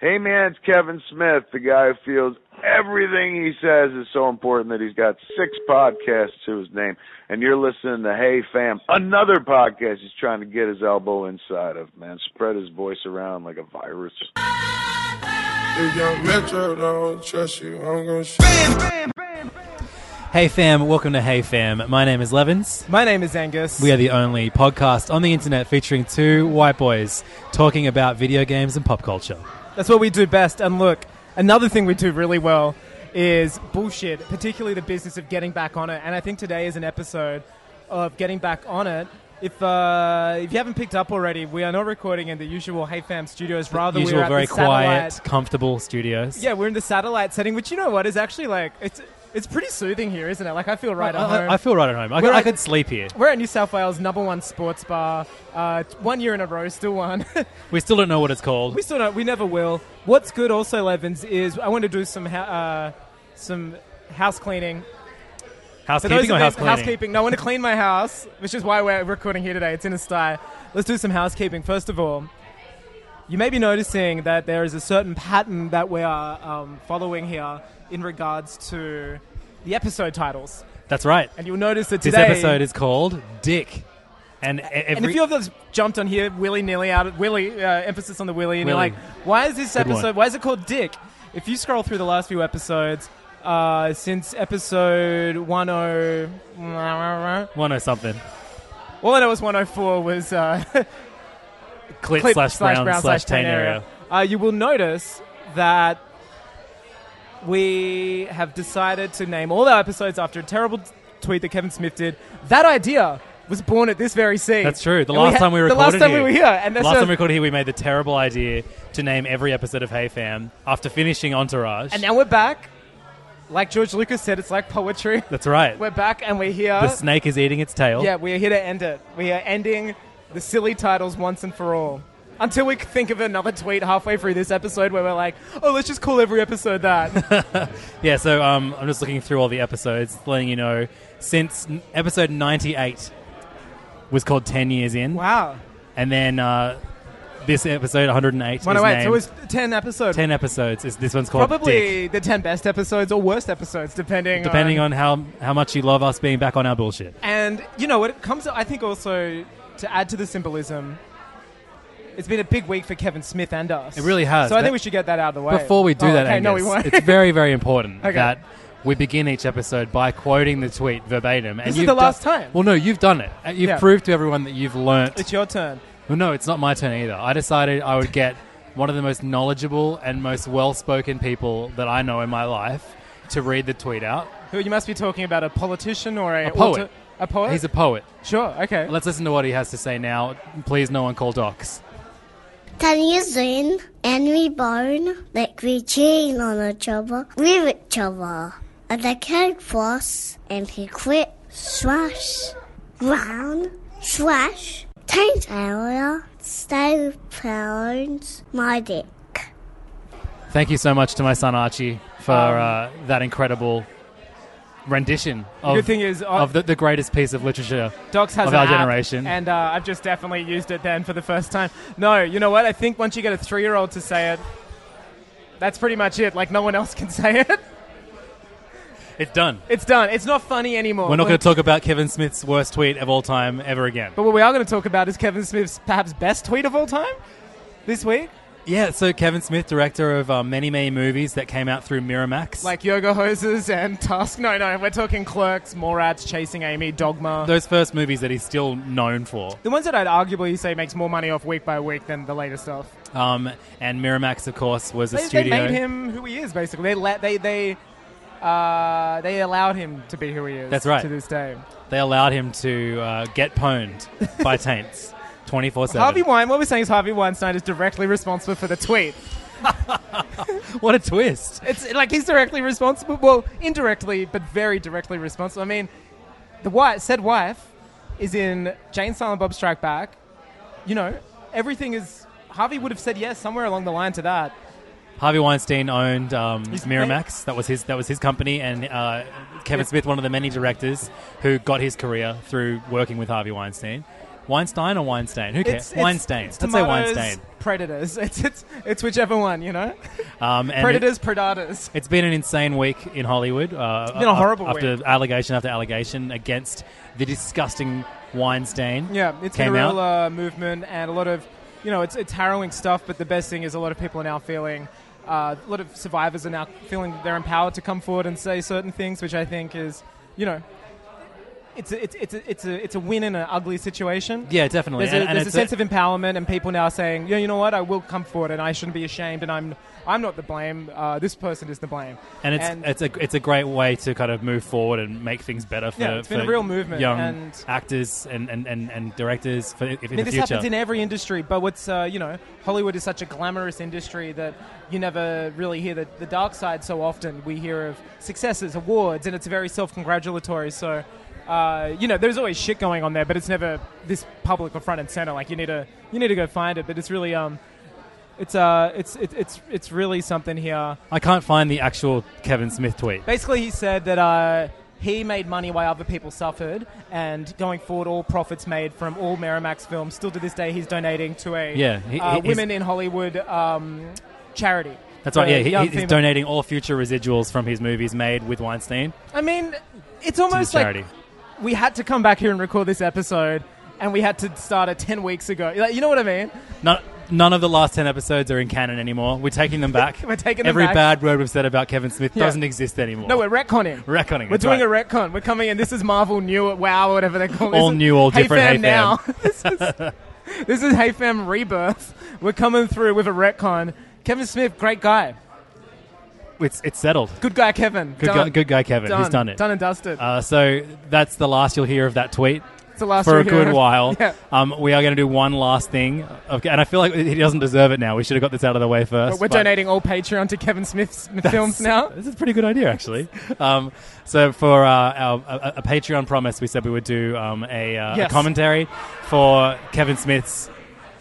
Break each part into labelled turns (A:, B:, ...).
A: Hey man, it's Kevin Smith, the guy who feels everything he says is so important that he's got six podcasts to his name. And you're listening to Hey Fam, another podcast he's trying to get his elbow inside of, man. Spread his voice around like a virus.
B: If young Metro don't trust you, I'm gonna shoot.
C: Hey fam, welcome to Hey Fam. My name is Levins.
D: My name is Angus.
C: We are the only podcast on the internet featuring two white boys talking about video games and pop culture.
D: That's what we do best. And look, another thing we do really well is bullshit, particularly the business of getting back on it. And I think today is an episode of getting back on it. If uh, if you haven't picked up already, we are not recording in the usual Hey Fam studios. Rather,
C: Usual
D: we're at
C: very
D: the satellite-
C: quiet, comfortable studios.
D: Yeah, we're in the satellite setting, which you know what is actually like it's it's pretty soothing here, isn't it? Like I feel right at
C: I,
D: home.
C: I- I feel right at home. I,
D: We're
C: could- I
D: at-
C: could sleep here.
D: we're at New South Wales' number one sports bar. Uh, one year in a row, still one.
C: We still don't know what it's called.
D: We still don't. We never will. What's good, also, Levins, is I want to do some ho- uh, some house cleaning. For those
C: housekeeping or
D: of
C: house
D: these-
C: cleaning?
D: housekeeping. No, I want to clean my house, which is why we're recording here today. It's in a style. Let's do some housekeeping. First of all, you may be noticing that there is a certain pattern that we are um, following here in regards to the episode titles,
C: That's right.
D: and you'll notice that
C: This
D: today
C: episode is called Dick. And, e- every,
D: and a few of those jumped on here willy nilly out of willy uh, emphasis on the willy, and
C: Willy.
D: you're like, why is this
C: Good one.
D: episode? Why is it called Dick? If you scroll through the last few episodes, uh, since episode oh, 10, all
C: one or something.
D: I know was 104 was uh,
C: Clit,
D: clip
C: slash brown, slash tan area.
D: Uh, you will notice that we have decided to name all our episodes after a terrible t- tweet that Kevin Smith did. That idea was born at this very scene.
C: That's true. The
D: And
C: last
D: ha-
C: time we recorded
D: the last time
C: here,
D: we were here, and that's
C: last
D: a-
C: time we recorded here, we made the terrible idea to name every episode of Hey Fam after finishing Entourage.
D: And now we're back. Like George Lucas said, it's like poetry.
C: that's right.
D: We're back and we're here.
C: The snake is eating its tail.
D: yeah, we are here to end it. We are ending the silly titles once and for all. Until we think of another tweet halfway through this episode where we're like, oh, let's just call every episode that.
C: Yeah, so um, I'm just looking through all the episodes, letting you know since n- episode 98 was called 10 years in,
D: wow.
C: and then uh, this episode 108 is
D: 108.
C: named
D: So it was 10 episodes.
C: 10 episodes. Is this one's called Dick.
D: Probably the 10 best episodes or worst episodes, depending,
C: Depending on how how much you love us being back on our bullshit.
D: And, you know, when it comes, I think also to add to the symbolism, it's been a big week for Kevin Smith and us.
C: It really has.
D: So I
C: That-
D: think we should get that out of the way.
C: Before we do
D: Oh,
C: that,
D: okay, no, we
C: Angus,
D: won't.
C: it's very, very important
D: Okay.
C: that we begin each episode by quoting the tweet verbatim. And
D: This is
C: you've
D: the
C: done-
D: last time.
C: Well, no, you've done it. Uh, You've
D: Yeah.
C: proved to everyone that you've learnt.
D: It's your turn.
C: Well, no, it's not my turn either. I decided I would get one of the most knowledgeable and most well-spoken people that I know in my life to read the tweet out.
D: Who you must be talking about? A politician or a,
C: A poet.
D: author- a poet.
C: He's a poet.
D: sure. Okay.
C: Let's listen to what he has to say now. Please, no one call docs.
E: Ten years in, and we born like we cheating on each other, with each other. And the kid floss, and he quit, slash, round, slash, taint area, stay parents, my dick.
C: Thank you so much to my son Archie for
D: Um,
C: uh, that incredible rendition of,
D: good thing is, uh,
C: of the, the greatest piece of literature
D: Docs has
C: of
D: an
C: our
D: app,
C: generation.
D: and uh, I've just definitely used it then for the first time. No, you know what? I think once you get a three-year-old to say it, that's pretty much it. Like no one else can say it.
C: it's done.
D: It's done. It's not funny anymore.
C: We're not going to talk about Kevin Smith's worst tweet of all time ever again.
D: But what we are going to talk about is Kevin Smith's perhaps best tweet of all time this week,
C: Yeah, so Kevin Smith, director of uh, many, many movies that came out through Miramax.
D: like yoga hoses and Tusk. No, no, we're talking Clerks, Morats, Chasing Amy, Dogma.
C: those first movies that he's still known for.
D: The ones that I'd arguably say makes more money off week by week than the later stuff.
C: Um, and Miramax, of course, was a
D: They, they
C: studio.
D: made him who he is, basically. They let they they uh, they allowed him to be who he is.
C: That's right.
D: To this day,
C: They allowed him to uh, get pwned by taints. twenty four seven.
D: Harvey Wine. What we're saying is Harvey Weinstein is directly responsible for the tweet.
C: what a twist!
D: It's like he's directly responsible. Well, indirectly, but very directly responsible. I mean, the wife, said wife, is in Jane Silent Bob Strike Back. You know, everything is. Harvey would have said yes somewhere along the line to that.
C: Harvey Weinstein owned um,
D: He's-
C: Miramax. That was his. That was his company, and uh, Kevin Smith, one of the many directors who got his career through working with Harvey Weinstein. Weinstein or Weinstein? Who cares? Weinstein.
D: It's
C: Let's say
D: tomatoes,
C: Weinstein.
D: Predators. It's, it's, it's whichever one, you know?
C: Um, and it-
D: predators, predators.
C: It's been an insane week in Hollywood. Uh,
D: been a
C: af-
D: horrible
C: after
D: week.
C: allegation after allegation against the disgusting Weinstein.
D: Yeah, it's
C: came
D: been a real
C: out.
D: uh, movement and a lot of, you know, it's, it's harrowing stuff, but the best thing is a lot of people are now feeling, uh, a lot of survivors are now feeling they're empowered to come forward and say certain things, which I think is, you know, it's a, it's, it's, a, it's, a, it's a win in an ugly situation.
C: yeah, definitely.
D: There's
C: And-
D: a,
C: and
D: there's a
C: it's
D: sense of empowerment, and people now saying, yeah, you know what, I will come forward, and I shouldn't be ashamed, and I'm I'm not the blame. Uh, this person is the blame.
C: and it's it's a it's a great way to kind of move forward and make things better for
D: Yeah, it's been a
C: for
D: real movement,
C: young
D: and-
C: actors and, and, and, and directors for if, in
D: I mean,
C: the
D: this
C: future.
D: happens in every industry, but what's uh, you know, Hollywood is such a glamorous industry that you never really hear the, the dark side so often. We hear of successes, awards, and it's very self-congratulatory. So, uh, you know, there's always shit going on there, but it's never this public or front and center. Like you need to you need to go find it, but it's really um, it's uh, it's it, it's it's really something here.
C: I can't find the actual Kevin Smith tweet.
D: Basically, he said that uh, he made money while other people suffered, and going forward, all profits made from all Merrimax films, still to this day, he's donating to a
C: Yeah, he-
D: uh,
C: he- he's-
D: women in Hollywood um, charity.
C: That's right.
D: For
C: Yeah, he-
D: young
C: he, he's
D: female-
C: donating all future residuals from his movies made with Weinstein
D: I mean, it's
C: to
D: almost
C: this charity.
D: like we had to come back here and record this episode, and we had to start it ten weeks ago. Like, you know what I mean?
C: None, none of the last 10 episodes are in canon anymore. We're taking them back.
D: We're taking them
C: Every
D: back.
C: bad word we've said about Kevin Smith
D: Yeah.
C: doesn't exist anymore.
D: No, we're retconning.
C: Retconning,
D: We're
C: that's
D: doing
C: right.
D: a retcon. We're coming in. This is Marvel New at Wow or whatever they call it.
C: All
D: This is
C: new, all
D: hey
C: different,
D: Fam
C: hey
D: now. this is this is Hey Fam Rebirth. We're coming through with a retcon. Kevin Smith, great guy.
C: it's, it's settled.
D: Good guy, Kevin.
C: Good,
D: Done.
C: guy, good guy, Kevin.
D: Done.
C: He's done it.
D: Done and dusted.
C: Uh, so that's the last you'll hear of that tweet.
D: it's the last
C: for a
D: we hear.
C: good while.
D: Yeah.
C: Um, we are going to do one last thing, okay, and I feel like he doesn't deserve it now. We should have got this out of the way first.
D: But we're donating all Patreon to Kevin Smith's films now.
C: This is a pretty good idea, actually. Um, so for uh, our a, a Patreon promise, we said we would do um, a, uh,
D: Yes.
C: a commentary for Kevin Smith's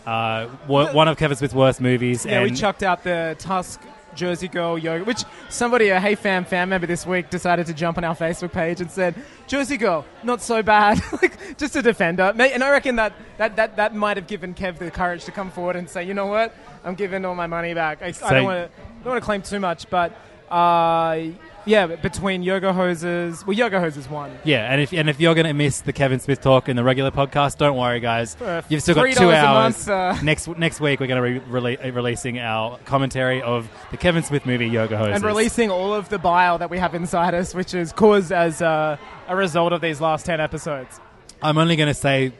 C: uh, wo- one of Kevin Smith's worst movies.
D: Yeah,
C: and
D: we chucked out the Tusk Jersey Girl yoga, which somebody, a Hey Fam fan member this week, decided to jump on our Facebook page and said, Jersey Girl, not so bad. like, just a defender. Mate, and I reckon that, that, that, that might have given Kev the courage to come forward and say, you know what? I'm giving all my money back. I, I
C: Say-
D: don't want to don't wanna claim too much, but uh, yeah, between yoga hoses, well, yoga hoses won.
C: Yeah, and if and if you're going to miss the Kevin Smith talk in the regular podcast, don't worry, guys.
D: Uh,
C: You've still got
D: $3
C: two
D: a
C: hours.
D: month, uh.
C: Next next week, we're going to be rele- releasing our commentary of the Kevin Smith movie Yoga Hoses.
D: and releasing all of the bile that we have inside us, which is caused as uh, a result of these last 10 episodes.
C: I'm only going to say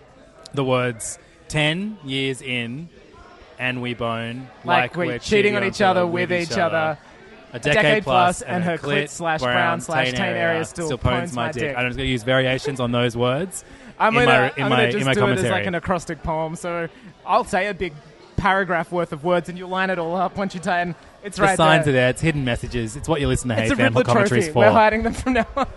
C: the words 10 years in and we bone
D: like, we're, cheating on each other with each other.
C: A decade,
D: decade
C: plus,
D: plus, and her clit slash brown slash taint area still pones my dick.
C: I'm just going to use variations on those words.
D: I'm
C: in
D: gonna,
C: my, in
D: I'm
C: my,
D: gonna just
C: in my
D: do
C: commentary.
D: it as like an acrostic poem. So I'll say a big paragraph worth of words, and you line it all up once you tie. And it's
C: the
D: right
C: signs
D: there.
C: are there. It's hidden messages. It's what you listen to
D: It's
C: Hey
D: a Riddler
C: Fan commentaries
D: trophy.
C: for.
D: We're hiding them from now on.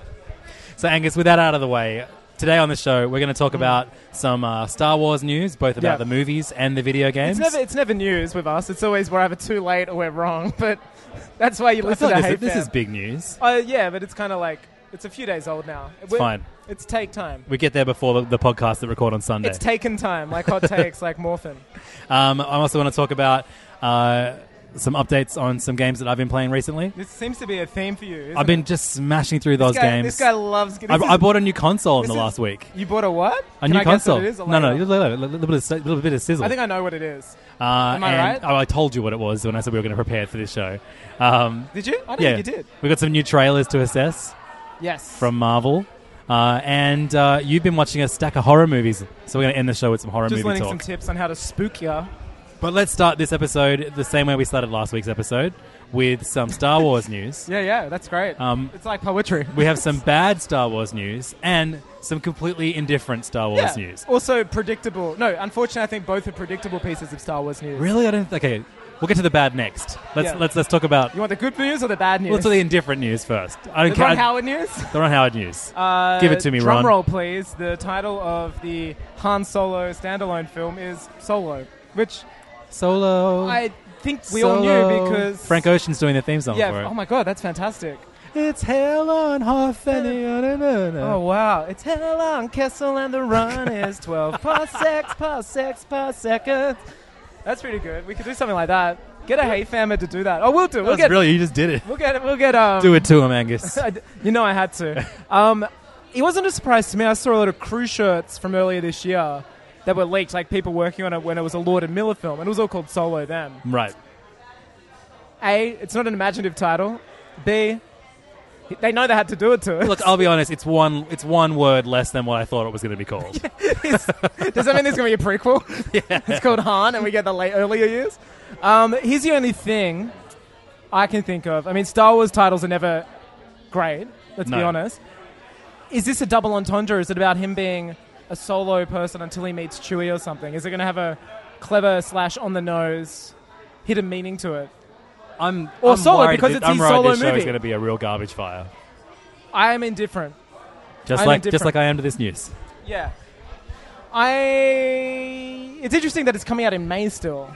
C: So, Angus, with that out of the way, today on the show, we're going to talk about some uh, Star Wars news, both about
D: Mm. Yeah.
C: the movies and the video games.
D: It's never, it's never news with us. It's always we're either too late or we're wrong. But that's why you
C: I
D: listen
C: feel
D: to
C: like
D: Hey
C: this, this
D: Fam.
C: is big news.
D: Uh, yeah, but it's kind of like it's a few days old now. It's
C: fine.
D: It's take time.
C: We get there before the, the podcast that record on Sunday.
D: It's taken time, like hot takes, like morphin.
C: Um, I also want to talk about uh, some updates on some games that I've been playing recently.
D: This seems to be a theme for you. isn't
C: I've
D: it?
C: been just smashing through those
D: this guy,
C: games.
D: This guy loves. This
C: I,
D: is-
C: I bought a new console in
D: this
C: the
D: is-
C: last week.
D: You bought a what?
C: A
D: Can
C: new
D: I guess
C: console.
D: what it is or
C: no, no,
D: later?
C: a little, little, little, bit of, little bit of sizzle.
D: I think I know what it is.
C: uh, am
D: I right?
C: Oh, I told you what it was when I said we were going to prepare for this show. Um,
D: Did you? I don't
C: yeah,
D: think you did.
C: we got some new trailers to assess
D: Yes.
C: from Marvel, uh, and uh, you've been watching a stack of horror movies. So we're going to end the show with some horror movie
D: just learning
C: talk.
D: some tips on how to spook ya.
C: But let's start this episode the same way we started last week's episode with some Star Wars news.
D: Yeah, yeah, that's great.
C: Um,
D: it's like poetry.
C: We have some bad Star Wars news and some completely indifferent Star Wars
D: Yeah.
C: news.
D: Also predictable. No, unfortunately, I think both are predictable pieces of Star Wars news.
C: Really, I don't. Okay, we'll get to the bad next. Let's
D: Yeah.
C: let's let's talk about
D: You want the good news or the bad news?
C: let's do the indifferent news first. I don't
D: the
C: care.
D: Ron Howard news?
C: The Ron Howard news.
D: Uh,
C: Give it to me,
D: drum
C: Ron.
D: roll, please. The title of the Han Solo standalone film is Solo, which
C: Solo.
D: I think we all
C: Solo.
D: knew because
C: Frank Ocean's doing the theme song for it.
D: Yeah. Oh my god, that's fantastic.
C: It's hell on Hoth and
D: Oh wow, it's hell on Kessel and the run is twelve parsecs, parsecs, parseconds. That's pretty good. We could do something like that. Get a hay fammer to do that. Oh, we'll do. it. We'll get.
C: really you just did it.
D: We'll get. We'll get. Um,
C: Do it to him, Angus.
D: I d- you know I had to. Um, it wasn't a surprise to me. I saw a lot of crew shirts from earlier this year that were leaked, like people working on it when it was a Lord and Miller film, and it was all called Solo then.
C: right.
D: A, it's not an imaginative title. B, they know they had to do it to it.
C: Look, I'll be honest. It's one. It's one word less than what I thought it was going to be called.
D: Does that mean there's going to be a prequel? it's called Han, and we get the late earlier years. Um, here's the only thing I can think of. I mean, Star Wars titles are never great. Let's be
C: No.
D: honest. Is this a double entendre? Is it about him being a solo person until he meets Chewie or something? Is it going to have a clever slash on the nose hidden meaning to it?
C: I'm
D: Or
C: I'm
D: Solo,
C: worried
D: because
C: that-
D: it's
C: I'm
D: his
C: worried
D: solo
C: this show is
D: movie.
C: going to be a real garbage fire.
D: I am indifferent.
C: Just
D: I'm
C: like just
D: indifferent.
C: like I am to this news.
D: Yeah. I. It's interesting that it's coming out in May still.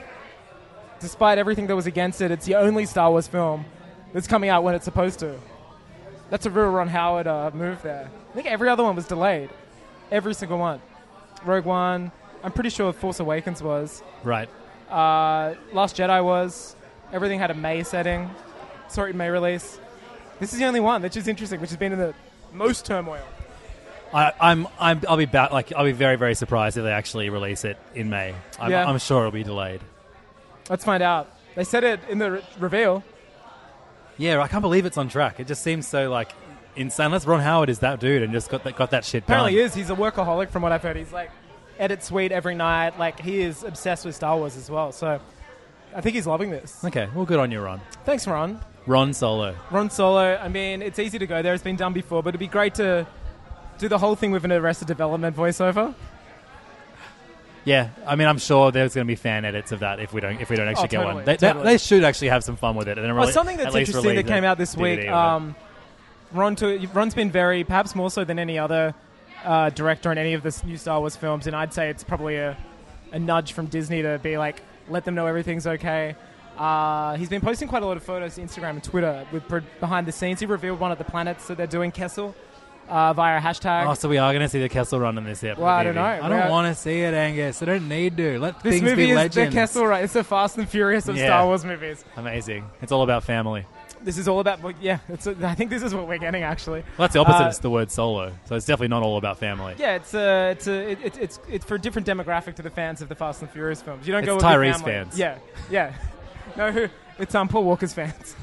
D: Despite everything that was against it, it's the only Star Wars film that's coming out when it's supposed to. That's a real Ron Howard uh, move there. I think every other one was delayed. Every single one. Rogue One. I'm pretty sure Force Awakens was.
C: Right.
D: Uh, Last Jedi was. Everything had a May setting. Sorry, May release. This is the only one that's just interesting, which has been in the most turmoil.
C: I, I'm, I'm, I'll be ba- like, I'll be very, very surprised if they actually release it in May. I'm,
D: Yeah.
C: I'm sure it'll be delayed.
D: Let's find out. They said it in the re- reveal.
C: Yeah, I can't believe it's on track. It just seems so like insane. Unless Ron Howard is that dude and just got that, got that shit
D: Apparently,
C: done.
D: he is. He's a workaholic, from what I've heard. He's like edit suite every night. Like he is obsessed with Star Wars as well. So I think he's loving this.
C: Okay, well, good on you, Ron.
D: Thanks, Ron.
C: Ron Solo.
D: Ron Solo. I mean, it's easy to go there. It's been done before, but it'd be great to do the whole thing with an Arrested Development voiceover.
C: Yeah, I mean, I'm sure there's going to be fan edits of that if we don't if we don't actually
D: Oh,
C: get
D: totally,
C: one. They, they-
D: totally.
C: they should actually have some fun with it. And then
D: Oh,
C: rele-
D: something that's
C: at least
D: interesting that
C: release
D: came
C: a
D: out this
C: DVD of
D: week.
C: it.
D: Um, Ron to, Ron's been very, perhaps more so than any other uh, director in any of the s- new Star Wars films, and I'd say it's probably a, a nudge from Disney to be like, let them know everything's okay. Uh, he's been posting quite a lot of photos to Instagram and Twitter with pro- behind the scenes. He revealed one of the planets that they're doing Kessel uh, via a hashtag.
C: oh, so we are going to see the Kessel Run in this episode.
D: Well, I don't know.
C: I
D: We
C: don't
D: are-
C: want to see it, Angus. I don't need to. Let
D: this
C: things
D: movie
C: be
D: is
C: legends.
D: the Kessel, right? It's the Fast and Furious of
C: Yeah.
D: Star Wars movies.
C: Amazing. It's all about family.
D: This is all about, well, yeah. It's, I think this is what we're getting actually.
C: Well, that's the opposite
D: Uh,
C: of the word solo. So it's definitely not all about family.
D: Yeah, it's a, it's a, it, it's it's it's for a different demographic to the fans of the Fast and Furious films. You don't go
C: It's
D: with your
C: Tyrese
D: family.
C: fans.
D: Yeah, yeah. No, who- it's um, Paul Walker's fans.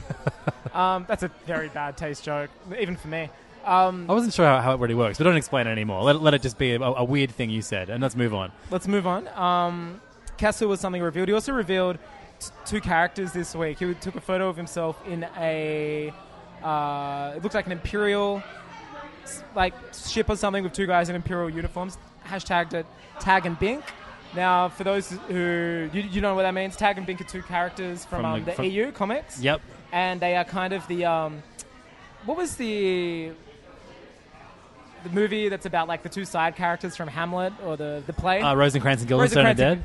D: um, that's a very bad taste joke, even for me. Um,
C: I wasn't sure how, how it really works, but don't explain it anymore. Let, let it just be a, a weird thing you said, and let's move on.
D: let's move on. Um, Castle was something revealed. He also revealed t- two characters this week. He took a photo of himself in a. Uh, it looks like an imperial, s- like ship or something with two guys in imperial uniforms. Hashtagged it Tag and Bink. Now, for those who you, you know what that means, Tag and Bink are two characters from,
C: From
D: um,
C: the-
D: the,
C: from-
D: EU comics,
C: Yep.
D: and they are kind of the um, what was the the movie that's about like the two side characters from Hamlet or the the play?
C: Uh, Rosencrantz and Guildenstern are
D: Rosencrantz
C: dead.
D: and-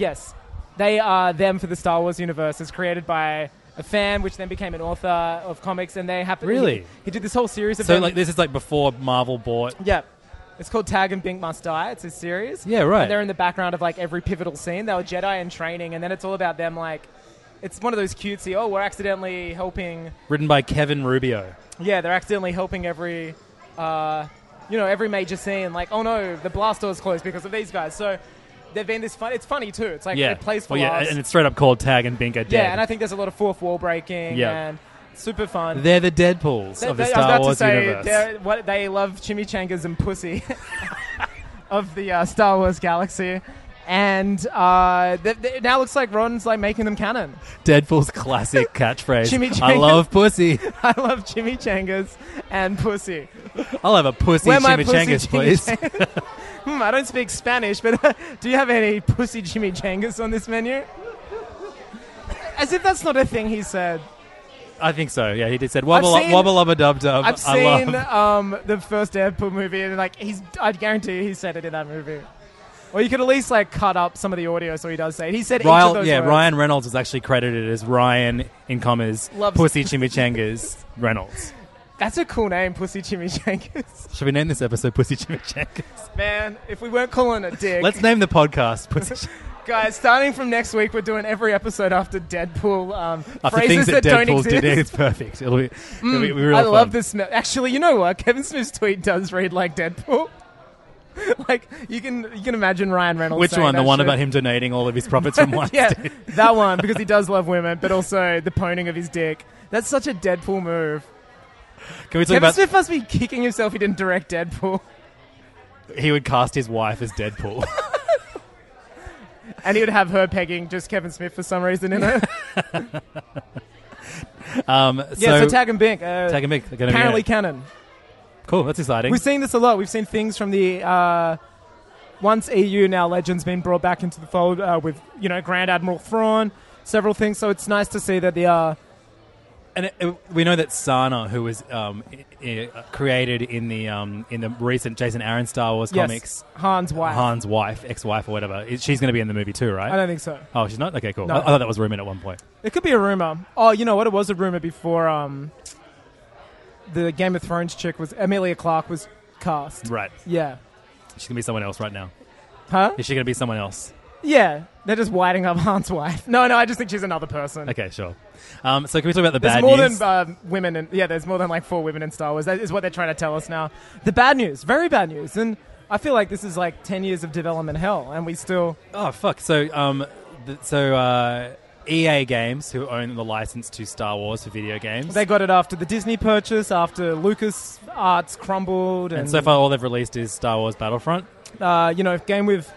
D: Yes. They are them for the Star Wars universe. It's created by a fan, which then became an author of comics, and they happen.
C: Really?
D: He, he did this whole series of
C: So
D: them.
C: like this is like before Marvel bought.
D: Yeah. It's called Tag and Bink Must Die. It's a series.
C: Yeah, right.
D: And they're in the background of like every pivotal scene. They were Jedi in training, and then it's all about them like. It's one of those cutesy, oh, we're accidentally helping.
C: Written by Kevin Rubio.
D: Yeah, they're accidentally helping every. Uh, you know, every major scene, like, oh no, the blast door's closed because of these guys. So they've been this fun. It's funny too. It's like
C: Yeah.
D: it plays for
C: Well, yeah,
D: laughs.
C: and it's straight up called Tag and Bink are dead.
D: Yeah, and I think there's a lot of fourth wall breaking
C: Yeah.
D: and super fun.
C: they're the Deadpools
D: They-
C: of the
D: they- I
C: Star
D: was about
C: Wars
D: to say
C: universe.
D: they're- what, they love chimichangas and pussy of the uh, Star Wars galaxy. And uh, th- th- it now looks like Ron's like making them canon.
C: Deadpool's classic catchphrase.
D: Jimmy
C: I
D: Jang-
C: love pussy.
D: I love chimichangas and pussy.
C: I'll have a pussy
D: Where my pussy
C: chimichangas, please.
D: chimichangas? hmm, I don't speak Spanish, but uh, do you have any pussy chimichangas on this menu? As if that's not a thing he said.
C: I think so. Yeah, he did said wobble up,
D: seen-
C: wobble lubba dub dub.
D: I've
C: I
D: seen
C: love.
D: um, the first Deadpool movie, and like he's, I guarantee you he said it in that movie. Or you could at least like cut up some of the audio so he does say it. He said each of
C: Ryle,
D: those
C: yeah,
D: words.
C: Ryan Reynolds is actually credited as Ryan in commas
D: Loves-
C: pussy chimichangas Reynolds.
D: That's a cool name, Pussy Chimichangas.
C: Should we name this episode Pussy Chimichangas?
D: Man, if we weren't calling it dick,
C: Let's name the podcast Pussy Chim-
D: guys. Starting from next week, we're doing every episode after Deadpool. Um,
C: After things
D: phrases
C: that,
D: don't
C: Deadpool
D: exist. Mm,
C: did, it's perfect. It'll be, it'll be, it'll be real
D: I
C: fun.
D: love this. smell. Actually, you know what? Kevin Smith's tweet does read like Deadpool. like you can you can imagine Ryan Reynolds.
C: Which
D: saying
C: one? The
D: that
C: one
D: shit.
C: about him donating all of his profits from one?
D: yeah, that one because he does love women, but also the poning of his dick. That's such a Deadpool move.
C: Can we talk
D: Kevin
C: about
D: Smith must be kicking himself he didn't direct Deadpool,
C: he would cast his wife as Deadpool?
D: and he would have her pegging just Kevin Smith for some reason in it.
C: um,
D: yeah, so,
C: so,
D: Tag and Bink. Uh,
C: Tag and Mick. they're gonna be
D: apparently
C: in it.
D: canon.
C: cool. That's exciting.
D: We've seen this a lot. We've seen things from the uh, once EU now legends been brought back into the fold uh, with you know Grand Admiral Thrawn, several things. So it's nice to see that the uh,
C: And it, it- we know that Sana, who was um, i i created in the um, in the recent Jason Aaron Star Wars
D: yes,
C: comics,
D: Han's wife.
C: Han's wife, ex-wife or whatever, is- she's going to be in the movie too,
D: I
C: right?
D: don't think so.
C: Oh, she's not. Okay, cool.
D: No.
C: I, I thought that was rumored at one point.
D: It could be a rumor. Oh, you know what? It was a rumor before um, the Game of Thrones chick was Amelia Clark was cast.
C: Right,
D: Yeah.
C: she's going to be someone else right now.
D: Huh?
C: Is she going to be someone else?
D: Yeah. They're just whiting up Han's wife. No, no. I just think she's another person.
C: Okay, sure. Um, so can we talk about the
D: There's
C: bad
D: more
C: news?
D: than um, women, in, yeah. There's more than like four women in Star Wars. That is what they're trying to tell us now. The bad news, very bad news, and I feel like this is like ten years of development hell, and we still
C: Oh fuck! So um, th- so uh, EA Games, who own the license to Star Wars for video games,
D: they got it after the Disney purchase, after Lucas Arts crumbled, and,
C: and so far all they've released is Star Wars Battlefront.
D: uh, you know, game with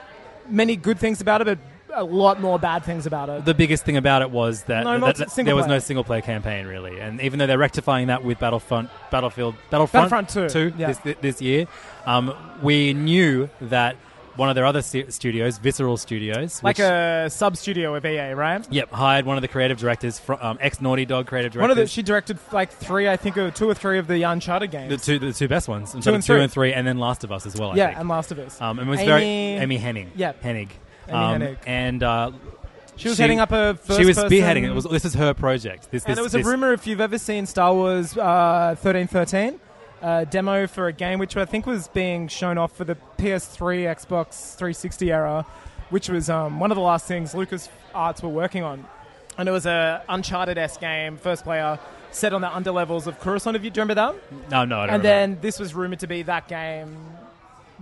D: many good things about it, but a lot more bad things about it.
C: The biggest thing about it was that,
D: No
C: that-
D: multi-
C: that
D: single
C: there was
D: player.
C: no single player campaign really, and even though they're rectifying that with Battlefront, Battlefield, Battlefront,
D: Battlefront 2, yeah.
C: this, thi- this year, um, we knew that one of their other se- studios, Visceral Studios,
D: like
C: which-
D: a sub studio of EA, right?
C: Yep, hired one of the creative directors from um, ex Naughty Dog creative directors.
D: One of the she directed like three, I think, or two or three of the Uncharted
C: the
D: games.
C: two, the two best ones,
D: Two and
C: two
D: three.
C: and three, and then Last of Us as well. I
D: yeah,
C: think.
D: and Last of Us.
C: Um, and it was
D: Amy-
C: very Amy Hennig.
D: Yeah.
C: Hennig.
D: Amy Hennig.
C: And uh,
D: she was heading up a. First
C: she was
D: person-
C: spearheading. It was this is her project. This, this
D: and it was
C: this-
D: a rumor if you've ever seen Star Wars uh, 1313, a demo for a game which I think was being shown off for the PS3, Xbox 360 era, which was um, one of the last things Lucas Arts were working on. And it was a Uncharted S game, first player, set on the underlevels of Coruscant. If you do you remember that,
C: No, no, I don't remember.
D: and then this was rumored to be that game.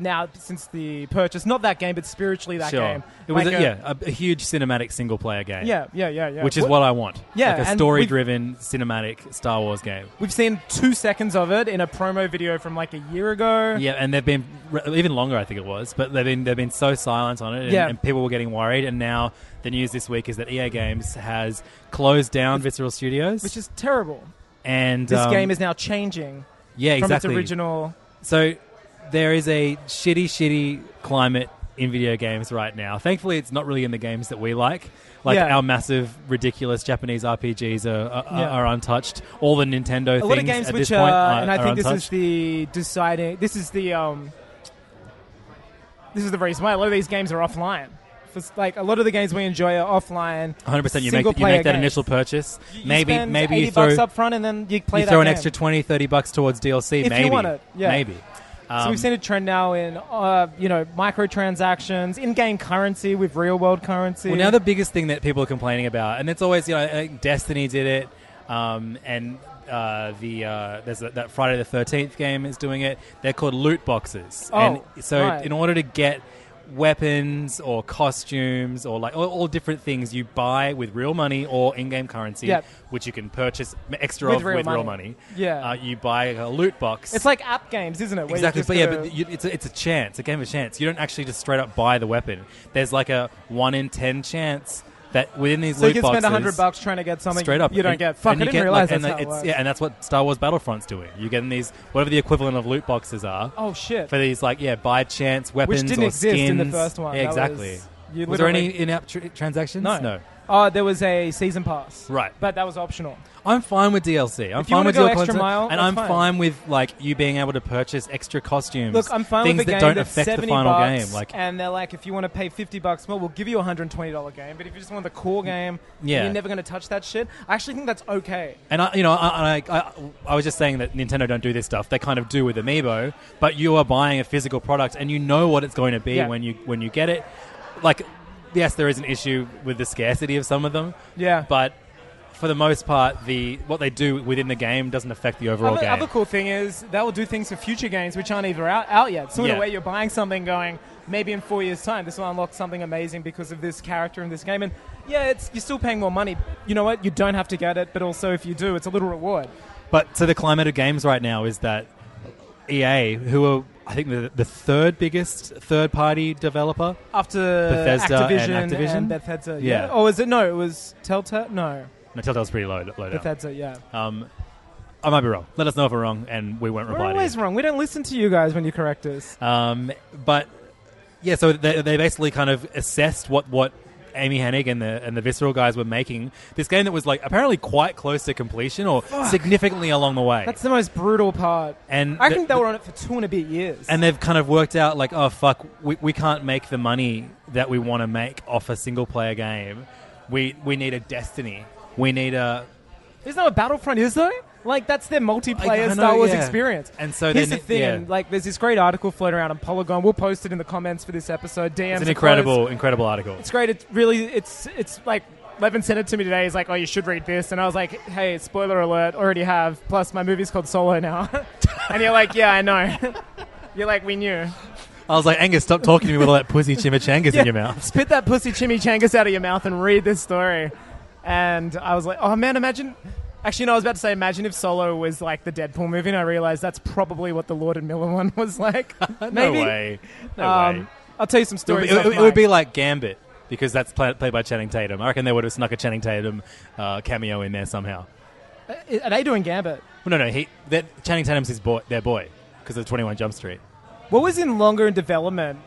D: Now, since the purchase, not that game, but spiritually that
C: sure.
D: game.
C: It was
D: Like
C: a, yeah, a, a huge cinematic single player game.
D: yeah, yeah, yeah, yeah.
C: Which is
D: Wh-
C: what I want.
D: Yeah,
C: like a
D: and
C: story-driven cinematic Star Wars game.
D: We've seen two seconds of it in a promo video from like a year ago.
C: Yeah, and they've been re- even longer, I think it was, but they've been they've been so silent on it, and,
D: Yeah.
C: and people were getting worried. And now the news this week is that EA Games has closed down Visceral Studios,
D: Which is terrible.
C: and
D: This
C: um,
D: game is now changing
C: yeah
D: from
C: exactly
D: its original.
C: So there is a shitty, shitty climate in video games right now. Thankfully, it's not really in the games that we like. Like
D: Yeah.
C: our massive, ridiculous Japanese RPGs are are,
D: Yeah.
C: are untouched. All the Nintendo
D: A
C: things
D: lot of games
C: at this
D: which
C: point
D: are,
C: are,
D: and I
C: are
D: think this is
C: untouched.
D: the deciding. This is the um. This is the reason why a lot of these games are offline. For, s- like a lot of the games we enjoy are offline.
C: 100%. You make,
D: single
C: you make that
D: player
C: initial
D: games.
C: purchase.
D: You
C: maybe
D: spend
C: maybe
D: 80
C: you throw,
D: bucks up front and then you play
C: you
D: that
C: throw an
D: game.
C: extra 20, 30 bucks towards DLC.
D: If you
C: maybe.
D: want it, yeah.
C: Maybe. Um,
D: so we've seen a trend now in uh, you know microtransactions, in-game currency with real-world currency.
C: Well, now the biggest thing that people are complaining about, and it's always you know, I think Destiny did it, um, and uh, the uh, there's that that Friday the Thirteenth game is doing it. They're called loot boxes,
D: Oh,
C: and so
D: right.
C: in order to get weapons or costumes or like all, all different things you buy with real money or in-game currency,
D: Yep.
C: which you can purchase m- extra
D: With
C: of
D: real
C: with real money.
D: money. Yeah.
C: uh, you buy a loot box.
D: It's like app games, isn't it? where you
C: Exactly,
D: just
C: but yeah,
D: gotta-
C: but you, it's a, it's a chance, a game of chance. You don't actually just straight up buy the weapon. There's like a one in ten chance that within these
D: so you
C: loot
D: can
C: boxes,
D: spend hundred bucks trying to get something
C: straight up
D: you don't
C: and-
D: get. Fuck, I
C: and you
D: didn't
C: get,
D: realize
C: like, and
D: that's how
C: the-
D: it works.
C: it's, yeah, and that's what Star Wars Battlefront's doing. You're getting these whatever the equivalent of loot boxes are
D: Oh shit!
C: for these like yeah by chance weapons
D: Which didn't
C: or
D: exist in the
C: skins.
D: first one.
C: Yeah,
D: That
C: exactly.
D: was- you
C: was there any
D: literally-
C: in-app tr- transactions?
D: No.
C: no.
D: Oh, there was a season pass.
C: Right.
D: But that was optional.
C: I'm fine with DLC. I'm
D: If you
C: fine
D: wanna
C: with
D: go
C: your
D: extra
C: content,
D: mile,
C: and
D: that's
C: I'm
D: fine.
C: fine. with like you being able to purchase extra costumes.
D: Look, I'm fine
C: things
D: with a
C: that
D: game
C: don't
D: that's
C: affect the
D: 70
C: final
D: bucks,
C: game. Like
D: and they're like, if you want to pay 50 bucks more, we'll give you a $120 game. But if you just want the core game,
C: Mm, Yeah.
D: you're never going to touch that shit. I actually think that's okay.
C: And I, you know, I, I, I, I was just saying that Nintendo don't do this stuff. They kind of do with Amiibo, but you are buying a physical product, and you know what it's going to be
D: Yeah.
C: when you when you get it. Like, yes, there is an issue with the scarcity of some of them,
D: Yeah.
C: but for the most part, the what they do within the game doesn't affect the overall
D: other,
C: game.
D: other cool thing is they will do things for future games which aren't either out, out yet. Sort of
C: Yeah.
D: where you're buying something, going maybe in four years' time, this will unlock something amazing because of this character in this game. And yeah, it's you're still paying more money. You know what? You don't have to get it, but also if you do, it's a little reward.
C: But so the climate of games right now is that EA, who are I think the, the third biggest third party developer,
D: After
C: Bethesda and
D: Activision
C: Activision?
D: and Bethesda, yeah.
C: Yeah. Oh.
D: Or was it no? It was Telltale. No,
C: no, Telltale's pretty low. low down.
D: Bethesda. Yeah.
C: Um, I might be wrong. Let us know if we're wrong, and we won't
D: We're
C: reply. to you.
D: always wrong. We don't listen to you guys when you correct us.
C: Um, but yeah, so they, they basically kind of assessed what what Amy Hennig and the and the Visceral guys were making this game that was like apparently quite close to completion or significantly along the way.
D: That's the most brutal part.
C: and
D: I
C: the-
D: think they were on it for two and a bit years.
C: and they've kind of worked out like, oh fuck, we, we can't make the money that we want to make off a single player game. We we need a Destiny. We need a
D: There's no Battlefront, is there? Like that's their multiplayer
C: I know,
D: Star Wars
C: yeah.
D: experience.
C: And so
D: here's the
C: then it-
D: thing:
C: yeah.
D: and, like, there's this great article floating around on Polygon. We'll post it in the comments for this episode. DMs
C: it's an
D: are
C: incredible
D: closed.
C: incredible article.
D: It's great. It's really. It's it's like Levin sent it to me today. He's like, "Oh, you should read this," and I was like, "Hey, spoiler alert! Already have. Plus, my movie's called Solo now." and you're like, "Yeah, I know." You're like, we knew.
C: I was like, Angus, stop talking to me with all that pussy chimichangas in your mouth.
D: Spit that pussy chimichangas out of your mouth and read this story. And I was like, oh man, imagine. Actually, no, I was about to say, imagine if Solo was like the Deadpool movie, and I realized that's probably what the Lord and Miller one was like.
C: No
D: Maybe.
C: way. No way.
D: Um, I'll tell you some
C: It would,
D: stories.
C: be, it would-
D: off
C: it would be
D: mic.
C: like Gambit because that's pla played by Channing Tatum. I reckon they would have snuck a Channing Tatum uh, cameo in there somehow.
D: Uh, Are they doing Gambit?
C: Well, no, no, he that Channing Tatum's his boy, their boy because of Twenty One Jump Street.
D: What was in longer in development?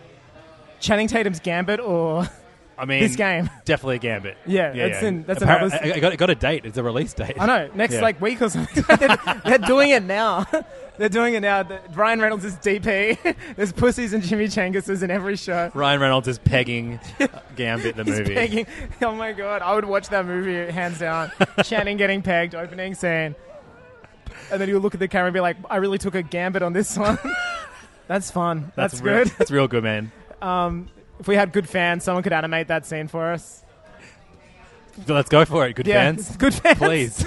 D: Channing Tatum's Gambit, or
C: I mean,
D: This game.
C: definitely Gambit.
D: Yeah, that's in- that's
C: Appar-
D: another s-
C: I, I got, I got a date. It's a release date.
D: I know next
C: Yeah.
D: like week or something. they're, they're doing it now. they're doing it now. The- Ryan Reynolds is DP. There's pussies and chimichangas in every show.
C: Ryan Reynolds is pegging uh, Gambit the
D: He's
C: movie.
D: pegging. Oh my god, I would watch that movie hands down. Channing getting pegged, opening scene, and then he'll look at the camera and be like, "I really took a gambit on this one." That's fun. That's,
C: real,
D: good.
C: That's real good, man.
D: If we had good fans, someone could animate that scene for us.
C: So let's go for it, good
D: Yeah,
C: fans.
D: good fans.
C: Please.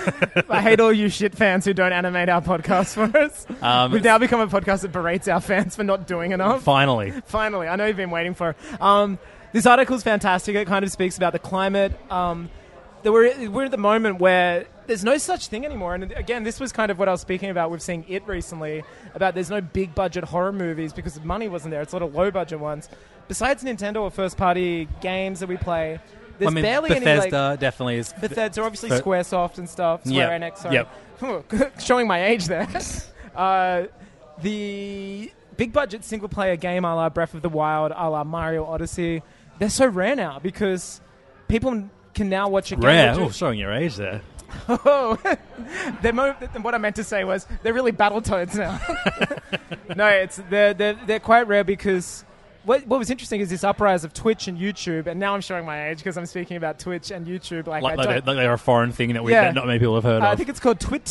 D: I hate all you shit fans who don't animate our podcast for us.
C: Um,
D: We've now become a podcast that berates our fans for not doing enough.
C: Finally,
D: Finally, I know you've been waiting for. it. Um, this article's fantastic. It kind of speaks about the climate. Um, that we're, we're at the moment where there's no such thing anymore. And again, this was kind of what I was speaking about with seeing it recently about there's no big budget horror movies because the money wasn't there. It's a lot of low budget ones. Besides Nintendo or first party games that we play, there's
C: I mean,
D: barely any. like-
C: Bethesda definitely is.
D: Bethesda, obviously
C: But-
D: SquareSoft and stuff. Square
C: Yep.
D: Enix, sorry. Showing my age there. uh, the big budget single player game a la Breath of the Wild, a la Mario Odyssey, they're so rare now because people can now watch a game.
C: Rare.
D: which
C: Oh,
D: is-
C: showing your age there.
D: Oh, they're mo- what I meant to say was they're really battle toads now. no, it's they're, they're they're quite rare because what what was interesting is this uprise of Twitch and YouTube, and now I'm showing my age because I'm speaking about Twitch and YouTube. Like, I
C: Like, like,
D: don't,
C: they- like they're a foreign thing that we
D: Yeah.
C: that not many people have heard
D: uh, I
C: of.
D: think it's called Twitch.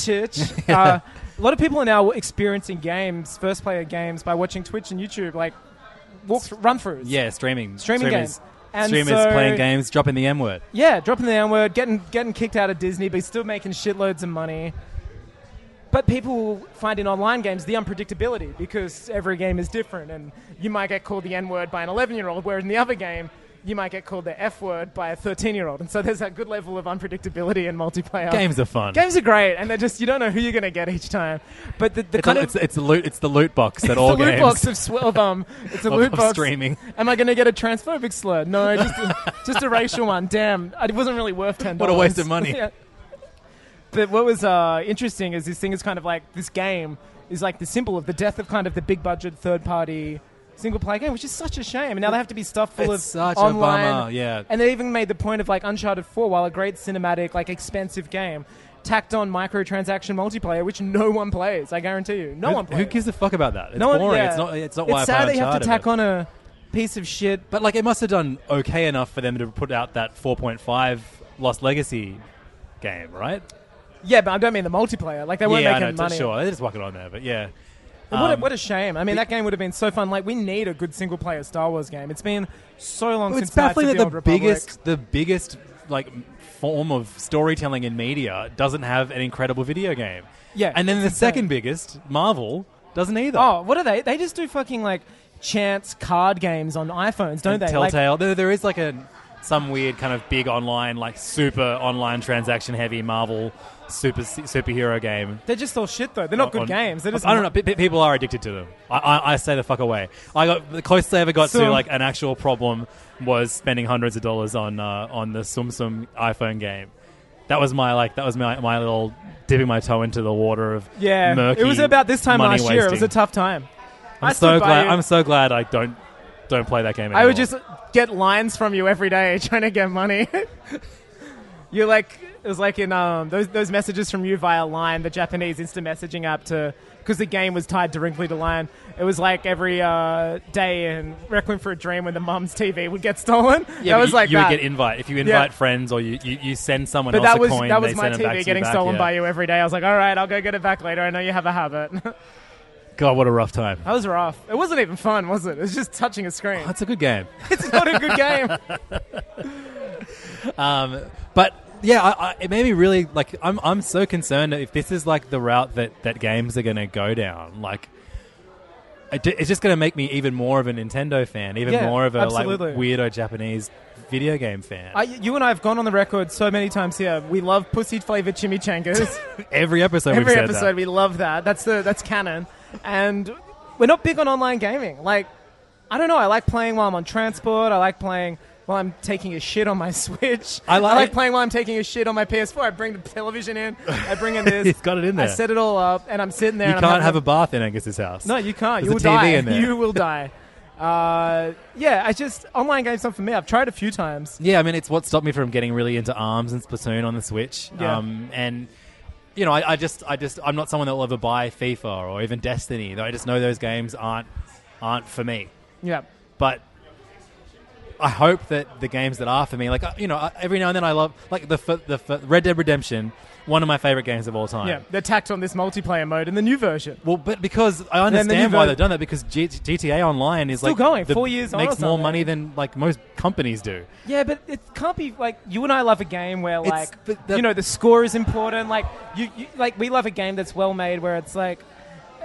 D: uh, a lot of people are now experiencing games, first player games, by watching Twitch and YouTube, like walk run throughs.
C: Yeah, streaming.
D: streaming
C: Streamers,
D: games. And
C: streamers
D: so-
C: playing games, dropping the M word.
D: Yeah, dropping the N word, getting getting kicked out of Disney, but still making shitloads of money. But people find in online games the unpredictability because every game is different, and you might get called the N word by an 11 year old, whereas in the other game, you might get called the F word by a 13 year old. And so there's that good level of unpredictability in multiplayer.
C: Games are fun.
D: Games are great, and they're just, you don't know who you're going to get each time. But the, the
C: It's,
D: kind
C: a,
D: of.
C: it's, it's, a loot, it's the loot box that
D: it's
C: all
D: a loot
C: games.
D: box of, sw- of um, it's a
C: Of-
D: loot
C: of
D: box.
C: streaming.
D: Am I going to get a transphobic slur? No, just a, just a racial one. Damn, it wasn't really worth ten.
C: What a waste of money.
D: Yeah. But what was uh, interesting is this thing is kind of like this game is like the symbol of the death of kind of the big budget third party single player game, which is such a shame. And now they have to be stuffed full
C: It's such
D: of
C: a
D: online.
C: bummer, yeah.
D: And they even made the point of like Uncharted 4, while a great cinematic, like expensive game. Tacked on microtransaction multiplayer, which no one plays. I guarantee you, no
C: who,
D: one plays.
C: Who gives a fuck about that? It's
D: No one-
C: boring.
D: yeah.
C: It's not. It's not why I
D: sad
C: play
D: that you have to
C: Uncharted,
D: tack
C: but-
D: on a piece of shit.
C: But like, it must have done okay enough for them to put out that 4.5 Lost Legacy game, right?
D: Yeah, but I don't mean the multiplayer. Like they weren't
C: yeah, I know,
D: making
C: t-
D: money.
C: sure. They just whack it on there, but yeah.
D: And What, a,
C: Um,
D: what a shame. I mean, that game would have been so fun. Like we need a good single player Star Wars game. It's been so long
C: Well,
D: since
C: it's baffling
D: Knights
C: that
D: of the,
C: the,
D: Old Republic.
C: biggest, the biggest like m- form of storytelling in media doesn't have an incredible video game.
D: Yeah,
C: and then
D: it's
C: the
D: insane.
C: second biggest, Marvel, doesn't either.
D: Oh, what are they? They just do fucking like chance card games on iPhones, don't
C: And
D: they? Like,
C: Telltale. there, there is like a some weird kind of big online, like super online transaction heavy Marvel super superhero game.
D: they're just all shit though. They're not good
C: on-
D: games. They're just
C: I don't know. pe- pe- People are addicted to them. I, I, I stay the fuck away. I got the closest I ever got
D: Sum.
C: to like an actual problem was spending hundreds of dollars on uh, on the Sum Sum iPhone game. That was my like. That was my my little dipping my toe into the water of
D: Yeah,
C: Murky
D: it was about this time
C: money
D: last year. It was
C: wasting.
D: a tough time. I
C: I'm
D: stood
C: so
D: by
C: glad.
D: you.
C: I'm so glad I don't don't play that game. Anymore.
D: I would just get lines from you every day trying to get money. You're like, it was like in um, those, those messages from you via Line, the Japanese instant messaging app, to because the game was tied directly to Line. It was like every uh, day in Requiem for a Dream when the mum's TV would get stolen.
C: Yeah,
D: that
C: but
D: was
C: you,
D: like
C: you
D: that.
C: would get invite if you invite friends or you, you, you send someone
D: but
C: else
D: that
C: a
D: was
C: coin.
D: that was
C: they
D: my
C: send it back to
D: TV
C: you
D: getting
C: back,
D: stolen
C: yeah.
D: by you every day. I was like, all right, I'll go get it back later. I know you have a habit. that
C: God, what a rough time.
D: was rough. It wasn't even fun, was it? It was just touching a screen.
C: That's a good game.
D: it's not a good game.
C: Um, but yeah, I, I, it made me really like. I'm I'm so concerned that if this is like the route that that games are going to go down. Like, it, ju- it's just going to make me even more of a Nintendo fan, even
D: Yeah,
C: more of a
D: absolutely.
C: like weirdo Japanese video game fan.
D: I, you and I have gone on the record so many times here. We love pussy flavored chimichangas.
C: every episode, we've
D: Every
C: said
D: episode,
C: that.
D: we love that. That's the that's canon. And we're not big on online gaming. Like, I don't know. I like playing while I'm on transport. I like playing while I'm taking a shit on my Switch.
C: I like-
D: playing while I'm taking a shit on my PS4. I bring the television in. I bring in this.
C: He's got it in
D: I
C: there.
D: set it all up, and I'm sitting there.
C: you
D: and
C: can't
D: I'm
C: have
D: having-
C: a bath in Angus's house.
D: no, you can't.
C: There's
D: You
C: a
D: will
C: TV
D: die.
C: in there.
D: You will die. Uh, yeah, I just online games not for me. I've tried a few times.
C: Yeah, I mean, it's what stopped me from getting really into Arms and Splatoon on the Switch.
D: Yeah.
C: Um, and you know, I, I just, I just, I'm not someone that will ever buy FIFA or even Destiny. Though I just know those games aren't aren't for me.
D: Yeah.
C: But I hope that the games that are for me, like uh, you know, uh, every now and then I love like the f- the f- Red Dead Redemption, one of my favorite games of all time.
D: Yeah, they're tacked on this multiplayer mode in the new version.
C: Well, but because I
D: then
C: understand
D: you've, uh,
C: why they've done that because G- GTA Online is
D: Still
C: like
D: going,
C: the-
D: four years on or
C: makes more
D: something.
C: money than like most companies do.
D: Yeah, but it can't be like you and I love a game where
C: It's-
D: like
C: but the-
D: you know the score is important. Like you, you like we love a game that's well made where it's like.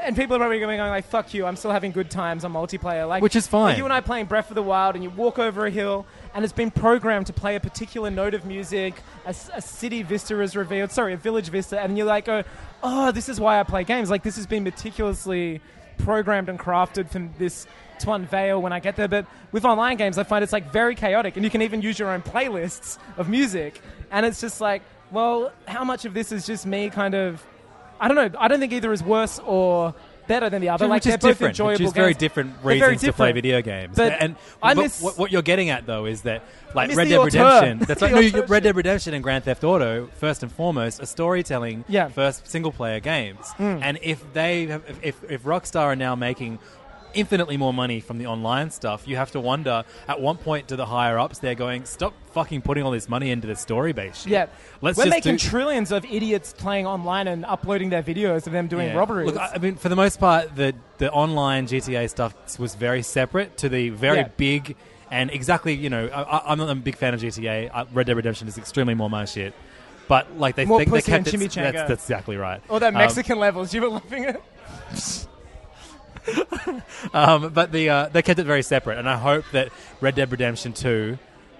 D: And people are probably going to be going like, "Fuck you! I'm still having good times on multiplayer." Like,
C: Which is fine.
D: You and I playing Breath of the Wild, and you walk over a hill, and it's been programmed to play a particular note of music. A, s- a city vista is revealed. Sorry, a village vista, and you're like, "Oh, oh, this is why I play games. Like, this has been meticulously programmed and crafted from this to unveil when I get there." But with online games, I find it's like very chaotic, and you can even use your own playlists of music, and it's just like, well, how much of this is just me kind of I don't know. I don't think either is worse or better than the other.
C: Which
D: like
C: is
D: they're both
C: different,
D: enjoyable
C: which is very
D: games.
C: different
D: They're
C: reasons
D: very
C: to play
D: different.
C: video games.
D: But
C: and
D: I
C: but
D: miss-
C: what, what you're getting at though is that like
D: miss
C: Red
D: the
C: Dead
D: auteur.
C: Redemption. That's
D: The
C: right. No, you-
D: auteur
C: Red
D: shit.
C: Dead Redemption and Grand Theft Auto, first and foremost, are storytelling
D: Yeah. Hmm.
C: first single player games. And if they have, if- if if Rockstar are now making infinitely more money from the online stuff you have to wonder at one point do the higher ups they're going stop fucking putting all this money into the story based shit
D: Yeah,
C: let's
D: we're
C: just
D: making
C: do-
D: trillions of idiots playing online and uploading their videos of them doing
C: Yeah.
D: robberies.
C: Look, I I mean, for the most part, the the online GTA stuff was very separate to the very
D: Yeah.
C: big and exactly. You know, I, I- I'm not a big fan of GTA. Uh, Red Dead Redemption is extremely more my shit. But like they,
D: More
C: they, they
D: pussy
C: kept
D: than
C: it.
D: chimichanga.
C: That's, that's exactly right.
D: Or that
C: Um,
D: Mexican levels. You were loving it.
C: Um, but the uh, they kept it very separate, and I hope that Red Dead Redemption Two,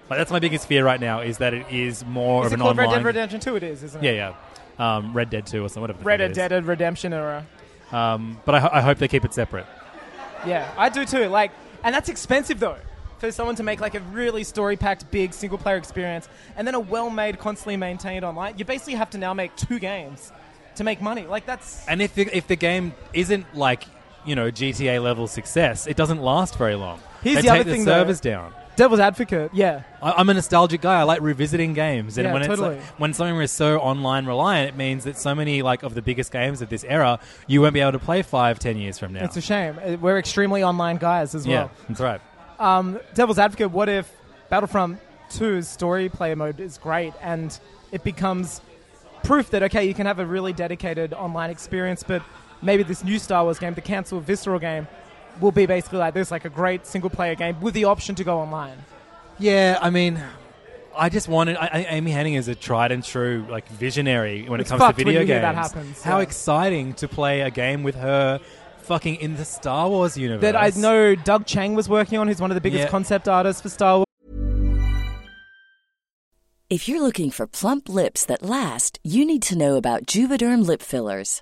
C: like that's my biggest fear right now, is that it is more
D: Is
C: of
D: it
C: an
D: called
C: online.
D: Red Dead Redemption 2? It is, isn't it?
C: Yeah, yeah. Um, Red Dead Two or something. Whatever the
D: Red
C: fuck it is.
D: Dead Redemption era.
C: Um, but I, ho- I hope they keep it separate.
D: Yeah, I do too. Like, and that's expensive though, for someone to make like a really story-packed, big single-player experience, and then a well-made, constantly maintained online. You basically have to now make two games to make money. Like that's
C: And if the, if the game isn't like you know GTA level success, it doesn't last very long.
D: Here's
C: they
D: the
C: take
D: other thing,
C: the
D: though.
C: servers down.
D: devil's advocate. Yeah,
C: I, I'm a nostalgic guy. I like revisiting games, and
D: Yeah,
C: when
D: totally.
C: it's like, when something is so online reliant, it means that so many like of the biggest games of this era, you won't be able to play five, ten years from now.
D: it's a shame. Uh, We're extremely online guys as
C: yeah,
D: well.
C: that's right.
D: Um, devil's advocate. What if Battlefront 2's story player mode is great and it becomes proof that okay, you can have a really dedicated online experience, but maybe this new Star Wars game, the cancelled Visceral game, will be basically like this, like a great single player game with the option to go online.
C: Yeah, I mean, I just wanted. I, I, Amy Henning is a tried and true like visionary when
D: It's
C: it comes to
D: fucked when
C: video
D: you hear
C: games.
D: that happens,
C: How
D: yeah.
C: exciting to play a game with her, fucking in the Star Wars universe.
D: That I know Doug Chang was working on, who's one of the biggest
C: Yeah.
D: concept artists for Star Wars.
F: If you're looking for plump lips that last, you need to know about Juvederm lip fillers.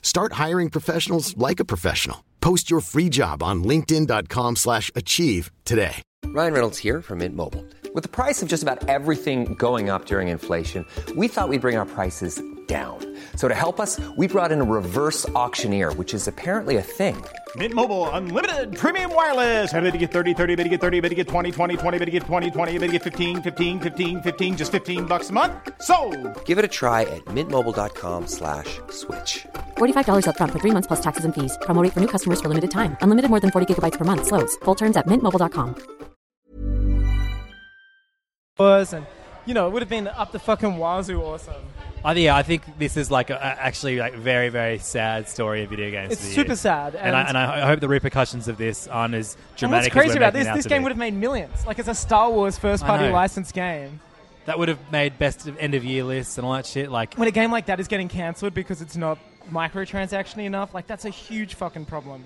G: Start hiring professionals like a professional. Post your free job on linkedin.com/achieve slash achieve today.
H: Ryan Reynolds here from Mint Mobile. With the price of just about everything going up during inflation, we thought we'd bring our prices down. So to help us, we brought in a reverse auctioneer, which is apparently a thing.
I: Mint Mobile unlimited premium wireless. Ready to get 30, 30, bet you get 30, bet you get 20, 20, 20, bet you get 20, 20, bet you get 15, 15, 15, 15 just 15 bucks a month. So,
H: Give it a try at mintmobile.com slash switch.
J: $45 upfront for three months plus taxes and fees. Promoting for new customers for limited time. Unlimited more than 40 gigabytes per month. Slows. Full terms at mintmobile.com.
D: was, and you know, it would have been up the fucking wazoo awesome.
C: I, yeah, I think this is like a, a- actually like very very sad story of video games.
D: It's
C: for the
D: super
C: year.
D: sad,
C: and, I,
D: and-
C: and I hope the repercussions of this aren't as
D: And
C: dramatic.
D: what's crazy
C: as we're
D: about
C: making
D: this?
C: it out
D: This
C: to
D: game
C: be.
D: would have made millions. Like it's a Star Wars first
C: I
D: party
C: know.
D: licensed game.
C: that would have made best of end of year lists and all that shit. Like
D: when a game like that is getting cancelled because it's not microtransaction enough, like that's a huge fucking problem.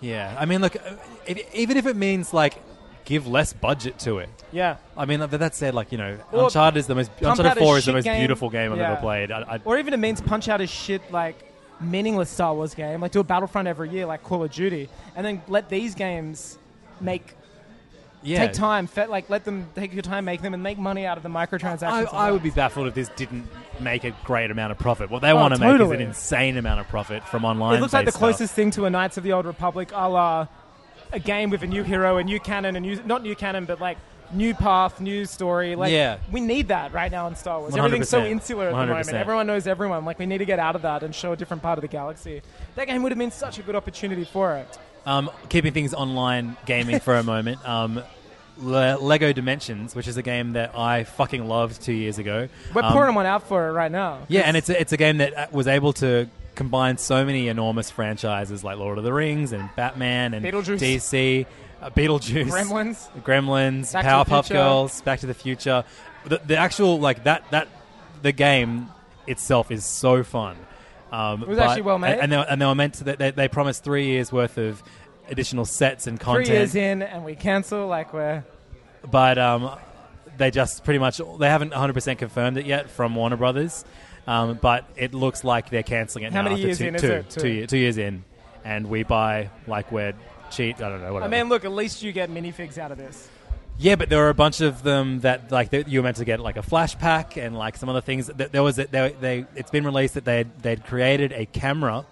C: Yeah, I mean, look, uh, if, even if it means like give less budget to it.
D: Yeah.
C: I mean, that said, like you know,
D: Or
C: Uncharted is the most
D: pump out
C: Uncharted
D: a
C: Four is the
D: shit
C: most
D: game.
C: beautiful game I've
D: Yeah.
C: ever played. I, I,
D: Or even it means punch out a shit like meaningless Star Wars game, like do a Battlefront every year, like Call of Duty, and then let these games make
C: yeah,
D: take time, fe- like let them take your time, make them, and make money out of the microtransactions.
C: I,
D: and
C: I
D: that.
C: would be baffled if this didn't make a great amount of profit. What they
D: Oh,
C: want to make is an
D: totally.
C: insane amount of profit from online.
D: It looks like the closest thing to a Knights of the Old Republic, a la a game with a new hero, a new canon, a new not new canon, but like new path, new story. Like
C: Yeah.
D: we need that right now in Star Wars. Everything's so
C: 100%.
D: insular at the moment.
C: 100%.
D: Everyone knows everyone. Like we need to get out of that and show a different part of the galaxy. That game would have been such a good opportunity for it.
C: Um, keeping things online gaming for a moment. Um, Le- Lego Dimensions, which is a game that I fucking loved two years ago.
D: We're
C: Um,
D: pouring one out for it right now.
C: Yeah, and it's a, it's a game that uh, was able to combines so many enormous franchises like Lord of the Rings and Batman and
D: Beetlejuice.
C: DC, uh, Beetlejuice,
D: Gremlins.
C: Gremlins,
D: Back to the
C: Powerpuff
D: Future.
C: Girls, Back to the Future. The, the actual like that that the game itself is so fun. Um, it
D: was actually well made.
C: and they, were- and they were meant to. They, they promised three years worth of additional sets and
D: Three
C: content
D: years in, and we cancel like we're.
C: but um, they just pretty much they haven't 100% confirmed it yet from Warner Brothers. Um, but it looks like they're canceling it
D: How
C: now
D: many
C: after
D: years
C: two,
D: in is
C: two-
D: it? Two.
C: two year- two years in, and we buy like we're cheap. I don't know.
D: I
C: Whatever.
D: mean, look, at least you get minifigs out of this.
C: yeah, but there were a bunch of them that like that you were meant to get like a flash pack and like some other things. Th- There was a, they, they it's been released that they had, they'd created a camera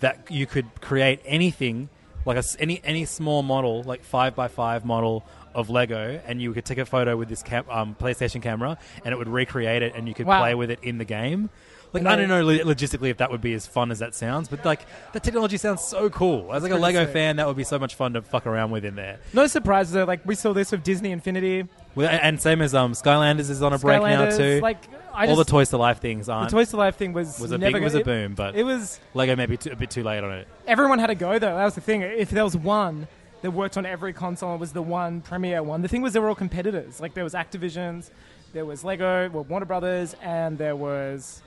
C: that you could create anything like a s any any small model like five by five model of Lego, and you could take a photo with this cam- um, PlayStation camera, and it would recreate it, and you could
D: Wow.
C: play with it in the game. Like
D: And
C: I
D: they-
C: don't know lo- logistically if that would be as fun as that sounds, but like the technology sounds so cool. As like a
D: pretty
C: Lego
D: sick.
C: fan, that would be so much fun to fuck around with in there.
D: No surprise though. Like we saw this with Disney Infinity.
C: Well, a- and same as um, Skylanders is on a break now
D: Skylanders,
C: too.
D: Like I
C: All the
D: just,
C: Toys to Life things
D: the
C: aren't.
D: Toys to Life thing was
C: was a
D: never
C: big was
D: gonna-
C: a boom, but
D: It, it was
C: Lego maybe too, a bit too late on it.
D: everyone had a go though. That was the thing. If there was one that worked on every console, and was the one premier one. The thing was they were all competitors. Like there was Activision's, there was Lego, well, Warner Brothers, and there was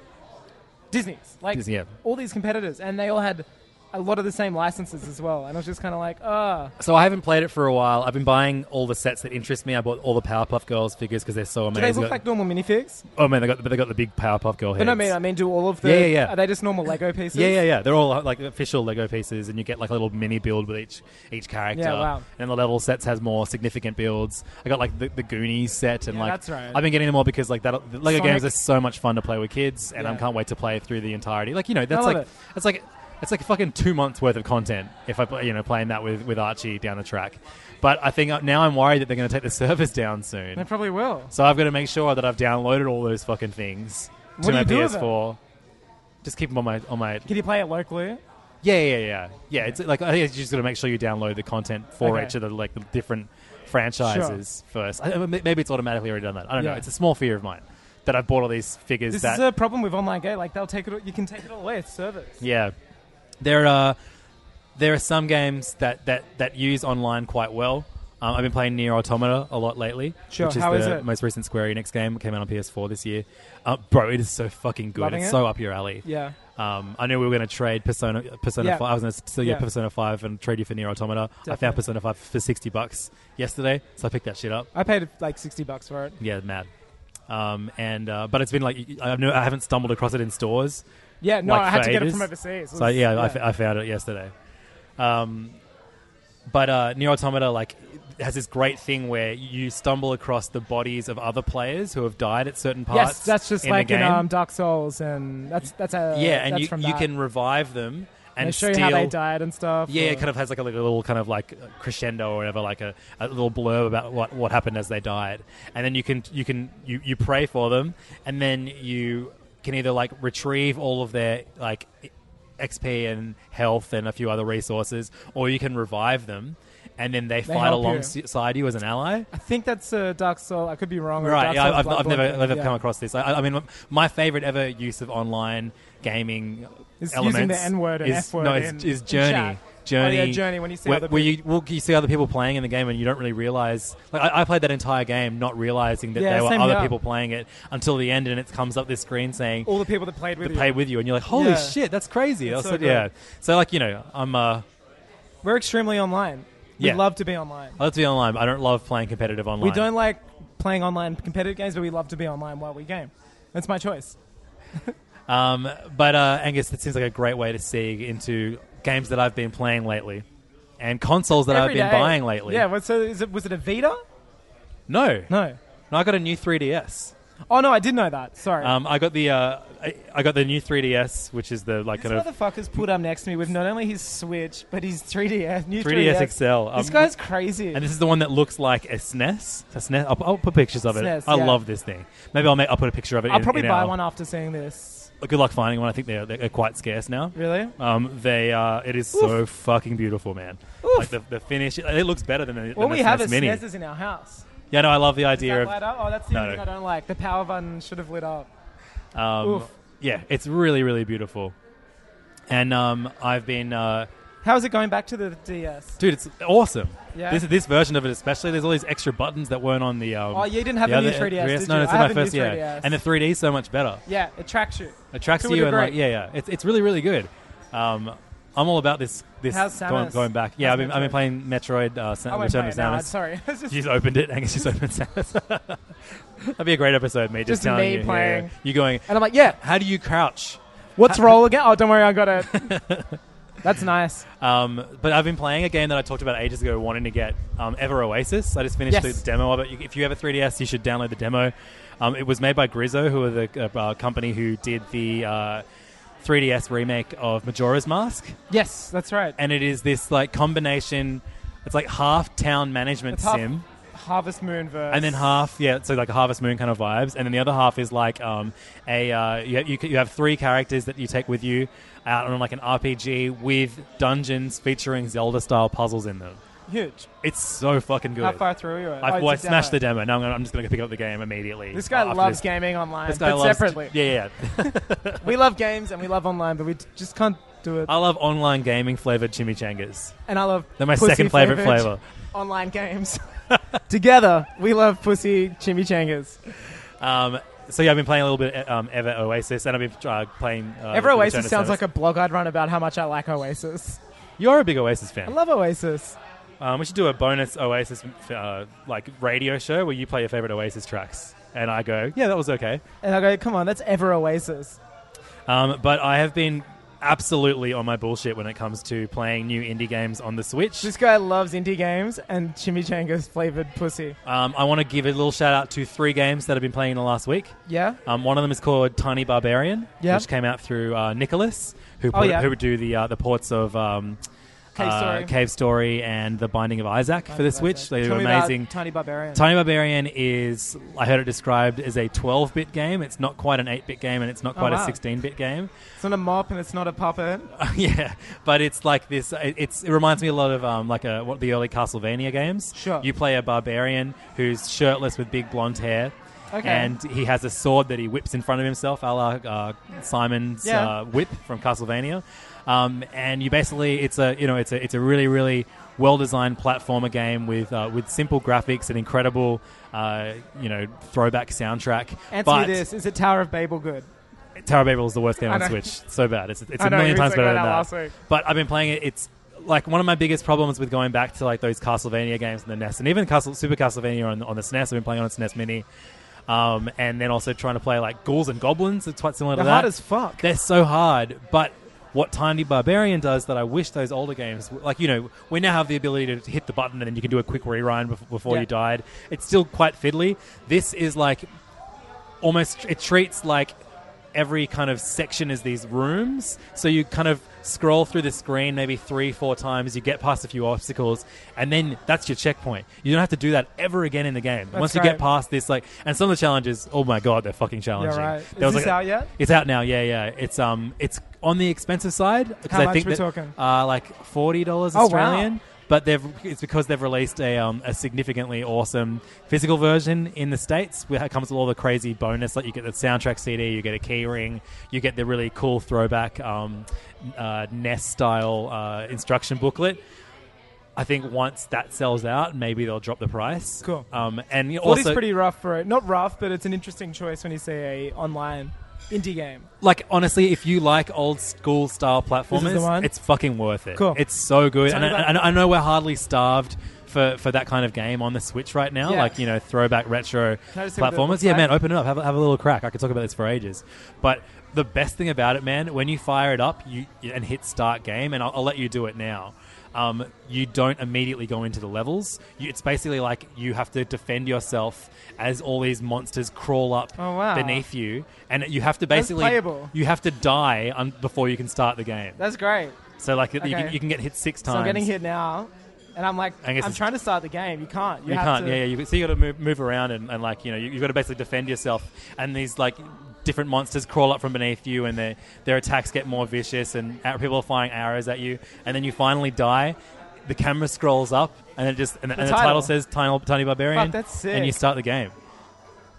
D: Disney's. Like
C: Disney, yeah.
D: all these competitors, and they all had a lot of the same licenses as well. And I was just kind of like, ah,
C: So I haven't played it for a while. I've been buying all the sets that interest me. I bought all the Powerpuff Girls figures because they're so
D: do
C: amazing.
D: they look like normal minifigs?
C: oh man, they got but they got the big Powerpuff Girl heads.
D: But no, I mean, I mean, do all of the?
C: Yeah, yeah, yeah.
D: Are they just normal Lego pieces?
C: yeah, yeah, yeah. They're all like official Lego pieces, and you get like a little mini build with each each character.
D: Yeah, wow.
C: And the level sets has more significant builds. I got like the, the Goonies set, and
D: Yeah,
C: like
D: that's right.
C: I've been getting them all because like that the Lego
D: Sonic.
C: games are so much fun to play with kids, and I
D: Yeah.
C: can't wait to play through the entirety. Like you know,
D: I
C: that's
D: love
C: like
D: it.
C: that's like it's like fucking two months worth of content if I play- you know playing that with with Archie down the track. But I think uh, now I'm worried that they're going to take the service down soon.
D: They probably will.
C: So I've got to make sure that I've downloaded all those fucking things
D: What do
C: to my
D: you do with them?
C: PS4. Just keep them on my on my
D: Can you play it locally?
C: yeah, yeah, yeah, yeah. It's like I think you just got to make sure you download the content for
D: Okay.
C: each of the like the different franchises first. I, I- maybe it's automatically already done that. I don't
D: Yeah.
C: know. It's a small fear of mine that I've bought all these figures.
D: This
C: that
D: is a problem with online game. Like they'll take it. all- You can take it all away. It's service.
C: yeah, there are there are some games that that that use online quite well. Um, I've been playing Near Automata a lot lately,
D: Sure,
C: which is
D: how
C: the
D: is it?
C: most recent Square Enix game. It came out on PS4 this year. Uh, bro, it is so fucking good.
D: Loving
C: it's
D: it?
C: so up your alley.
D: Yeah.
C: Um, I knew we were going to trade Persona Persona
D: Yeah.
C: Five. I was going to steal your
D: Yeah.
C: Persona Five and trade you for Near Automata. I
D: Definitely.
C: found Persona Five for sixty bucks yesterday, so I picked that shit up.
D: I paid like sixty bucks for it.
C: Yeah, mad. Um, and uh, but it's been like I've no, I haven't stumbled across it in stores.
D: Yeah, no,
C: like,
D: I had
C: for
D: to get it
C: ages.
D: from overseas. It
C: So
D: was-
C: yeah, I, f- I found it yesterday. Um, but uh, Near Automata like has this great thing where you stumble across the bodies of other players who have died at certain parts.
D: yes, that's just
C: in
D: like
C: the game.
D: in um, Dark Souls, and that's that's a
C: yeah, and
D: that's
C: you
D: from
C: you
D: that.
C: can revive them
D: They
C: and
D: show
C: steal
D: you how they died and stuff.
C: Yeah,
D: or-
C: it kind of has like a, like a little kind of like crescendo or whatever, like a, a little blurb about what, what happened as they died, and then you can you can you, you pray for them, and then you can either like retrieve all of their like XP and health and a few other resources, or you can revive them, and then they, fight
D: help you.
C: alongside you as an ally.
D: I think that's a Dark Soul. I could be wrong. or
C: Right,
D: Dark
C: yeah,
D: Souls
C: I've, I've
D: Bloodborne
C: never,
D: thing,
C: never
D: yeah.
C: come across this. I- I, I mean, my favorite ever use of online gaming
D: Is using
C: elements
D: the N-word and
C: is,
D: F-word
C: No, is,
D: in-
C: is
D: in chat.
C: Journey. Journey,
D: Oh, yeah, Journey, when you see
C: where,
D: other
C: where you well, you see other people playing in the game and you don't really realize. Like I, I played that entire game not realizing that
D: Yeah,
C: there were
D: same
C: other
D: here.
C: people playing it until the end, and it comes up this screen saying
D: All the people that played with you.
C: "play with you," and you're like, "Holy
D: Yeah.
C: shit, that's crazy!"
D: It's
C: That's
D: so
C: what- yeah.
D: good.
C: So like you know, I'm uh,
D: We're extremely online.
C: Yeah.
D: We love to be online.
C: I love to be online. But I don't love playing competitive online.
D: We don't like playing online competitive games, but we love to be online while we game. That's my choice.
C: Um, but uh, Angus, it seems like a great way to see into games that I've been playing lately and consoles that I've
D: Every
C: been
D: day.
C: buying lately.
D: Yeah. What, so is it, was it a Vita?
C: No, no,
D: No.
C: I got a new 3DS.
D: Oh no, I did know that. Sorry.
C: Um, I got the uh, I, I got the new 3DS, which is the like
D: this
C: kind of
D: motherfucker's put up next to me with not only his Switch but his 3DS, new
C: 3DS
D: 3DS,
C: XL.
D: This
C: Um,
D: guy's crazy.
C: and this is the one that looks like a SNES. A SNES. I'll, I'll put pictures of it.
D: SNES,
C: I
D: E yeah.
C: love this thing. Maybe I'll make, I'll put a picture of it.
D: I'll
C: in-
D: probably
C: in
D: buy
C: our- uh,
D: one after seeing this.
C: Good luck finding one. I think they're, they're quite scarce now.
D: Really?
C: Um, they uh, it is so fucking beautiful, man.
D: Oof.
C: Like the, the finish, it looks better than the.
D: All
C: than
D: we
C: the
D: have
C: SNES
D: E is
C: mini.
D: SNESs in our house.
C: Yeah, no, I love the
D: Does
C: idea
D: that
C: of
D: light up? Oh, that's the
C: No,
D: only thing
C: no.
D: I don't like. The power button should have lit up.
C: Um,
D: Oof.
C: Yeah, it's really, really beautiful. and um, I've been. Uh,
D: How's it going back to the DS?
C: Dude, it's awesome.
D: Yeah.
C: This this version of it, especially, there's all these extra buttons that weren't on the. Um,
D: Oh, you didn't have
C: the
D: any
C: other-
D: 3DS, did
C: No,
D: you?
C: it's
D: I
C: in my
D: have a new
C: first. Yeah,
D: 3DS.
C: and the 3D is so much better.
D: Yeah, it tracks you.
C: Attracts
D: To a
C: you and
D: degree.
C: like, yeah, yeah. It's it's really really good. Um, I'm all about this this
D: How's
C: going,
D: Samus?
C: going back. Yeah,
D: How's
C: I've been, I've been playing
D: Metroid?
C: Metroid uh, Sa-
D: I won't play
C: Return
D: it
C: of
D: now.
C: Samus.
D: I'm Sorry, It's just-
C: She's opened it. Angus, she's opened Samus. That'd be a great episode. Me just,
D: Just
C: telling
D: me
C: you, yeah,
D: playing.
C: yeah. you going.
D: and I'm like, yeah.
C: How do you crouch?
D: What's roll again? Oh, don't worry, I got it. That's nice.
C: Um, but I've been playing a game that I talked about ages ago, wanting to get um, Ever Oasis. I just finished
D: Yes.
C: the demo of it. You- If you have a 3DS, you should download the demo. Um, it was made by Grizzo, who are the uh, uh, company who did the uh, 3DS remake of Majora's Mask,
D: Yes, that's right.
C: and it is this like combination. It's like half town management
D: It's half
C: sim.
D: Harvest Moon verse.
C: and then half, yeah, so like a Harvest Moon kind of vibes, and then the other half is like um, a uh, you, you, you have three characters that you take with you out on like an RPG with dungeons featuring Zelda style puzzles in them.
D: huge.
C: It's so fucking good.
D: How far through are you?
C: I've
D: oh, it's
C: well, I
D: a demo.
C: smashed the demo. Now I'm, gonna, I'm just going to pick up the game immediately.
D: This guy
C: after
D: loves
C: this.
D: gaming online,
C: This guy
D: but
C: loves-
D: separately.
C: Yeah, yeah.
D: We love games and we love online, but we d- just can't do it.
C: I love online gaming flavored chimichangas.
D: and I love
C: Uh, They're my
D: pussy
C: second favorite
D: flavored
C: flavor.
D: Online games. Together, we love pussy chimichangas.
C: Um, so yeah, I've been playing a little bit uh, um, Ever Oasis, and I've been uh, playing. Uh,
D: Ever
C: Return
D: Oasis
C: of
D: sounds
C: Samus.
D: like a blog I'd run about how much I like Oasis.
C: You're a big Oasis
D: I
C: fan.
D: love Oasis.
C: Um, we should do a bonus Oasis uh, like radio show where you play your favorite Oasis tracks, and I go, yeah, that was okay.
D: And I go, come on, that's ever Oasis.
C: Um, but I have been absolutely on my bullshit when it comes to playing new indie games on the Switch.
D: This guy loves indie games and chimichangas flavored pussy.
C: Um, I want to give a little shout out to three games that I've been playing in the last week.
D: Yeah?
C: Um, one of them is called Tiny Barbarian,
D: Yeah.
C: which came out through uh, Nicholas, who
D: Oh,
C: put-
D: yeah.
C: who would do the uh, the ports of um,
D: Cave
C: uh,
D: Story.
C: Cave Story and The Binding of Isaac for the Switch. They do
D: Tell me about
C: amazing.
D: Tiny Barbarian.
C: Tiny Barbarian is, I heard it described as a 12 bit game. It's not quite an 8 bit game and it's not quite
D: Oh, wow.
C: a 16 bit game. Oh,
D: it's not a mop and it's not a puppet.
C: yeah, but it's like this. it- It's it reminds me a lot of um, like a, what the early Castlevania games.
D: Sure.
C: you play a barbarian who's shirtless with big blonde hair.
D: Okay.
C: And he has a sword that he whips in front of himself, a la uh, Simon's
D: Yeah.
C: uh, whip from Castlevania. Um, and you basically, it's a you know, it's a it's a really really well designed platformer game with uh, with simple graphics and incredible uh, you know throwback soundtrack.
D: Answer
C: but
D: me this: Is it Tower of Babel good?
C: Tower of Babel is the worst game
D: I
C: on
D: know.
C: Switch. It's so bad. It's, it's
D: I
C: a
D: know,
C: million
D: you were
C: times
D: saying
C: better than
D: that
C: that.
D: last week.
C: But I've been playing it. It's like one of my biggest problems with going back to like those Castlevania games on the NES, and even Castle, Super Castlevania on, on the SNES. I've been playing on its SNES E Mini, um, and then also trying to play like Ghouls and Goblins. It's quite similar
D: They're
C: to that.
D: hard as fuck.
C: They're so hard, but. What Tiny Barbarian does that I wish those older games, like, you know, we now have the ability to hit the button and then you can do a quick rewind bef- before
D: Yeah.
C: you died. It's still quite fiddly. This is like almost it treats like every kind of section is these rooms so you kind of scroll through the screen maybe three four times you get past a few obstacles and then that's your checkpoint you don't have to do that ever again in the game once you
D: right.
C: get past this like and some of the challenges oh my god they're fucking challenging
D: right.
C: There
D: Is
C: was,
D: this out yet?
C: it's out now yeah yeah it's um it's on the expensive side because
D: How
C: i
D: much
C: think
D: we
C: that,
D: talking? Oh,
C: uh like $40
D: wow.
C: australian but they've it's because they've released a um, a significantly awesome physical version in the states where it comes with all the crazy bonus like you get the soundtrack CD, you get a key ring, you get the really cool throwback um, uh, NES style uh, instruction booklet. I think once that sells out, maybe they'll drop the price.
D: Cool.
C: Um, and you
D: Forty's
C: also,
D: pretty rough for it. Not rough, but it's an interesting choice when you see a online indie game.
C: like honestly, if you like old school style
D: This is the
C: platformers,
D: one?
C: it's fucking worth it.
D: Cool.
C: It's so good, and
D: Tell me
C: I,
D: about-
C: and I know we're hardly starved for, for that kind of game on the Switch right now.
D: Yeah.
C: Like you know, throwback retro
D: I just take a bit of
C: platformers.
D: a
C: Yeah,
D: bite?
C: man, open it up, have, a- have a little crack. I could talk about this for ages, but the best thing about it, man, when you fire it up you and hit start game, and I'll, I'll let you do it now. Um, you don't immediately go into the levels. You, it's basically like you have to defend yourself as all these monsters crawl up
D: Oh, wow.
C: beneath you, and you have to basically
D: playable.
C: you have to die un- before you can start the game.
D: That's great.
C: So like you,
D: Okay.
C: can, you can get hit six times.
D: So I'm getting hit now, and I'm like,
C: I guess
D: I'm
C: it's-
D: trying to start the game. You can't. You,
C: You
D: have
C: can't.
D: To,
C: Yeah, yeah. You, so you got to move, move around and, and like you know you, you've got to basically defend yourself. And these like different monsters crawl up from beneath you, and their their attacks get more vicious, and ar- people are firing arrows at you, and then you finally die. The camera scrolls up, and it just and, the, and the
D: title.
C: title says "Tiny, Tiny Barbarian,"
D: Fuck, that's
C: and you
D: sick.
C: start the game.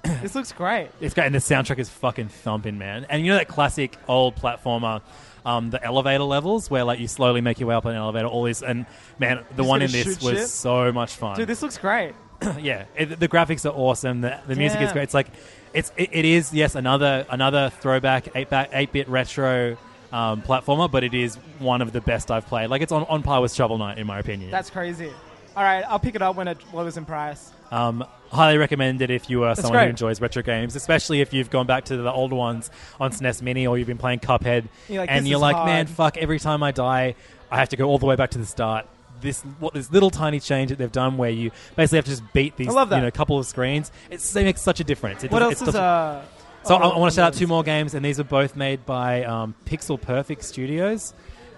D: This looks great.
C: It's great, and the soundtrack is fucking thumping, man. And you know that classic old platformer, um, the elevator levels where like you slowly make your way up an elevator. All these and man, the one
D: gonna
C: in this
D: shoot
C: was
D: shit?
C: so much fun.
D: Dude, this looks great.
C: yeah, it, the graphics are awesome. The, the music is
D: Yeah.
C: great. It's like it's it, it is yes another another throwback eight back eight bit retro um, platformer, but it is one of the best I've played. Like it's on on par with Shovel Knight in my opinion.
D: That's crazy. All right, I'll pick it up when it lowers in price.
C: Um, highly recommend it if you are someone who
D: great.
C: enjoys retro games, especially if you've gone back to the old ones on SNES Mini or you've been playing Cuphead
D: You're like,
C: and
D: "This
C: you're
D: is
C: like,
D: hard."
C: man, fuck, every time I die, I have to go all the way back to the start. This what this little tiny change that they've done where you basically have to just beat these
D: I love that.
C: you know couple of screens. It's, it makes such a difference. It
D: What
C: doesn't-
D: else
C: it
D: is
C: doesn't-
D: uh?
C: so
D: oh,
C: I, want to shout out
D: Lords.
C: two more games, and these are both made by um, Pixel Perfect Studios.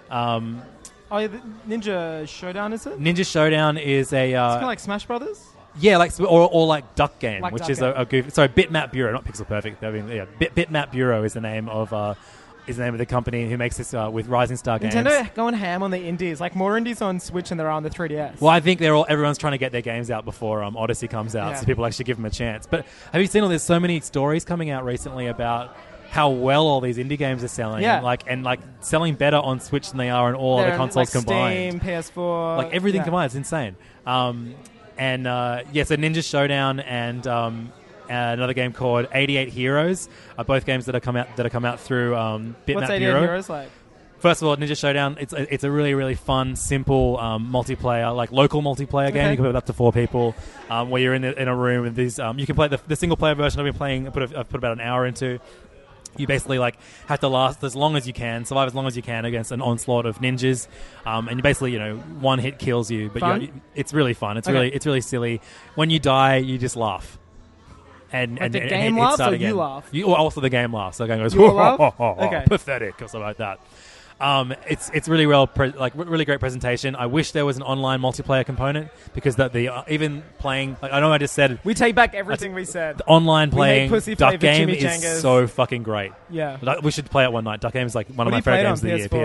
C: Um,
D: Oh, yeah, the Ninja Showdown is it? It's
C: Ninja Showdown is a uh,
D: kind of like Smash Brothers.
C: yeah, like or, or like Duck Game,
D: Like
C: which
D: Duck
C: is a,
D: Game.
C: a goofy. Sorry, Bitmap Bureau, not Pixel Perfect. I mean, yeah, Bit, Bitmap Bureau is the name of uh, is the name of the company who makes this uh, with Rising Star games.
D: Nintendo going ham on the indies, like more indies on Switch than there are on the 3DS.
C: Well, I think they're all everyone's trying to get their games out before um, Odyssey comes out,
D: Yeah.
C: so people actually give them a chance. But have you seen all? There's so many stories coming out recently about how well all these indie games are selling,
D: Yeah.
C: like and like selling better on Switch than they are on all
D: They're
C: other
D: on,
C: consoles
D: like
C: combined.
D: Steam, PS4,
C: like everything
D: Uh, yeah.
C: combined. It's insane. Um, and uh, yeah, so Ninja Showdown and um, another game called 88 Heroes are both games that are come out that are come out through um, Bitmap
D: What's 88
C: Bureau.
D: Heroes like?
C: First of all, Ninja Showdown. It's a, it's a really really fun, simple um, multiplayer, like local multiplayer game.
D: Okay.
C: You can play with up to four people, um, where you're in the, in a room with these. Um, you can play the, the single player version. I've been playing. I put a, I've put about an hour into. You basically like have to last as long as you can, survive as long as you can against an onslaught of ninjas, um, and you basically you know one hit kills you. But
D: Fun?
C: you it's really fun. It's
D: Okay.
C: really it's really silly. When you die, you just laugh. And, and,
D: the
C: and,
D: game
C: and hit
D: laughs
C: start
D: or you
C: again.
D: laugh?
C: You, or also the game laughs. The game goes,
D: You laugh? Okay.
C: pathetic or something like that. Um, it's it's really well pre- like re- really great presentation. I wish there was an online multiplayer component because that the uh, even playing like I know I just said
D: We take back everything we said.
C: the online
D: We made
C: playing
D: Pussy
C: Duck
D: play for
C: Game
D: Jimmy
C: is
D: Changas.
C: so fucking great.
D: Yeah.
C: Like, we should play it one night. Duck Game is like one
D: What
C: of
D: do
C: my
D: you play
C: favorite
D: it
C: games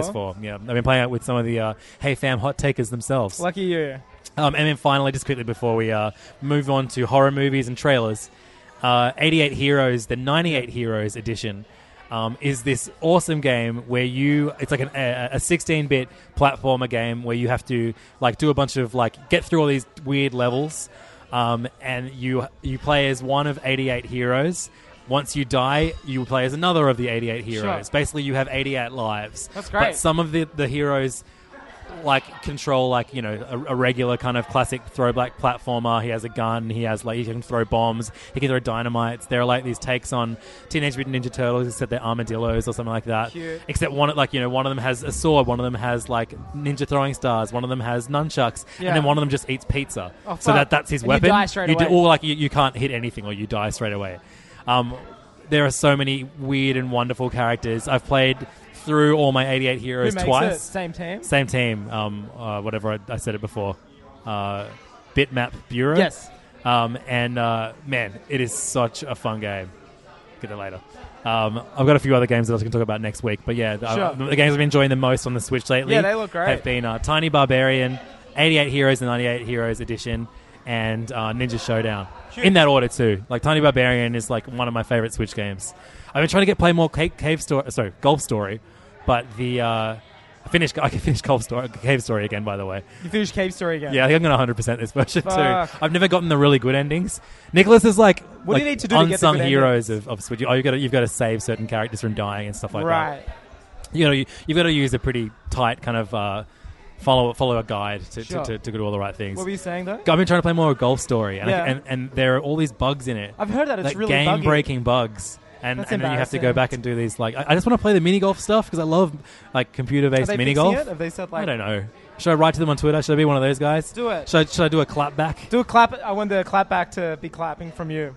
C: of the
D: on,
C: year.
D: PS4?
C: PS4. Yeah, I've been playing it with some of the uh, Hey Fam hot takers themselves.
D: Lucky you.
C: Um, and then finally, just quickly before we uh, move on to horror movies and trailers, uh, 88 Heroes, the 98 Heroes edition, um, is this awesome game where you it's like an, a a 16-bit platformer game where you have to like do a bunch of like get through all these weird levels, um, and you you play as one of 88 heroes. Once you die, you play as another of the 88 heroes. Basically, you have 88 lives.
D: That's great.
C: But some of the, the heroes like control like you know a, a regular kind of classic throwback platformer he has a gun he has like he can throw bombs he can throw dynamites there are like these takes on teenage mutant ninja turtles except they're armadillos or something like that
D: Cute.
C: except one like you know one of them has a sword one of them has like ninja throwing stars one of them has nunchucks
D: Yeah.
C: and then one of them just eats pizza
D: Oh,
C: so that
D: fuck.
C: that's his
D: And you
C: weapon
D: die straight
C: do-
D: away.
C: or like you, you can't hit anything or you die straight away um, there are so many weird and wonderful characters i've played through all my 88
D: Who
C: heroes
D: makes
C: twice
D: it? Same team.
C: same team. Um, uh, whatever I, I said it before. Uh, Bitmap Bureau.
D: Yes.
C: Um, and uh, man, it is such a fun game. Get it later. Um, I've got a few other games that I was going to talk about next week, but yeah, I-
D: Sure.
C: the games I've been enjoying the most on the Switch lately.
D: Yeah, they look great.
C: Have been uh, Tiny Barbarian, 88 Heroes and 98 Heroes Edition, and uh, Ninja Showdown. In that order too. Like Tiny Barbarian is like one of my favorite Switch games. I've been trying to get play more Cave, cave Story, sorry, Golf Story, but the uh, I finished I can finish Golf Story, Cave Story again. By the way,
D: You finished Cave Story again.
C: yeah, I think I'm gonna 100 percent this version
D: Fuck.
C: too. I've never gotten the really good endings. Nicholas is like
D: What do
C: like
D: you need to do to get the
C: unsung
D: good
C: heroes of, of Switch. Oh, you got to you've got to save certain characters from dying and stuff like that
D: Right.
C: you know, you, you've got to use a pretty tight kind of uh, follow follow a guide to,
D: Sure.
C: to, to, to do all the right things.
D: What were you saying though?
C: I've been trying to play more of Golf Story, and, I-
D: Yeah.
C: and and there are all these bugs in it.
D: I've heard that it's
C: like
D: really buggy.
C: game breaking bugs. And,
D: That's
C: and then you have to go
D: embarrassing.
C: back and do these like I, I just want to play the mini golf stuff because I love like computer
D: Are
C: based
D: they
C: mini
D: fixing
C: golf.
D: it? Have they said like?
C: I don't know. Should I write to them on Twitter? Should I be one of those guys?
D: Do it.
C: Should I, should I do a clap back?
D: Do a clap. I want the clap back to be clapping from you.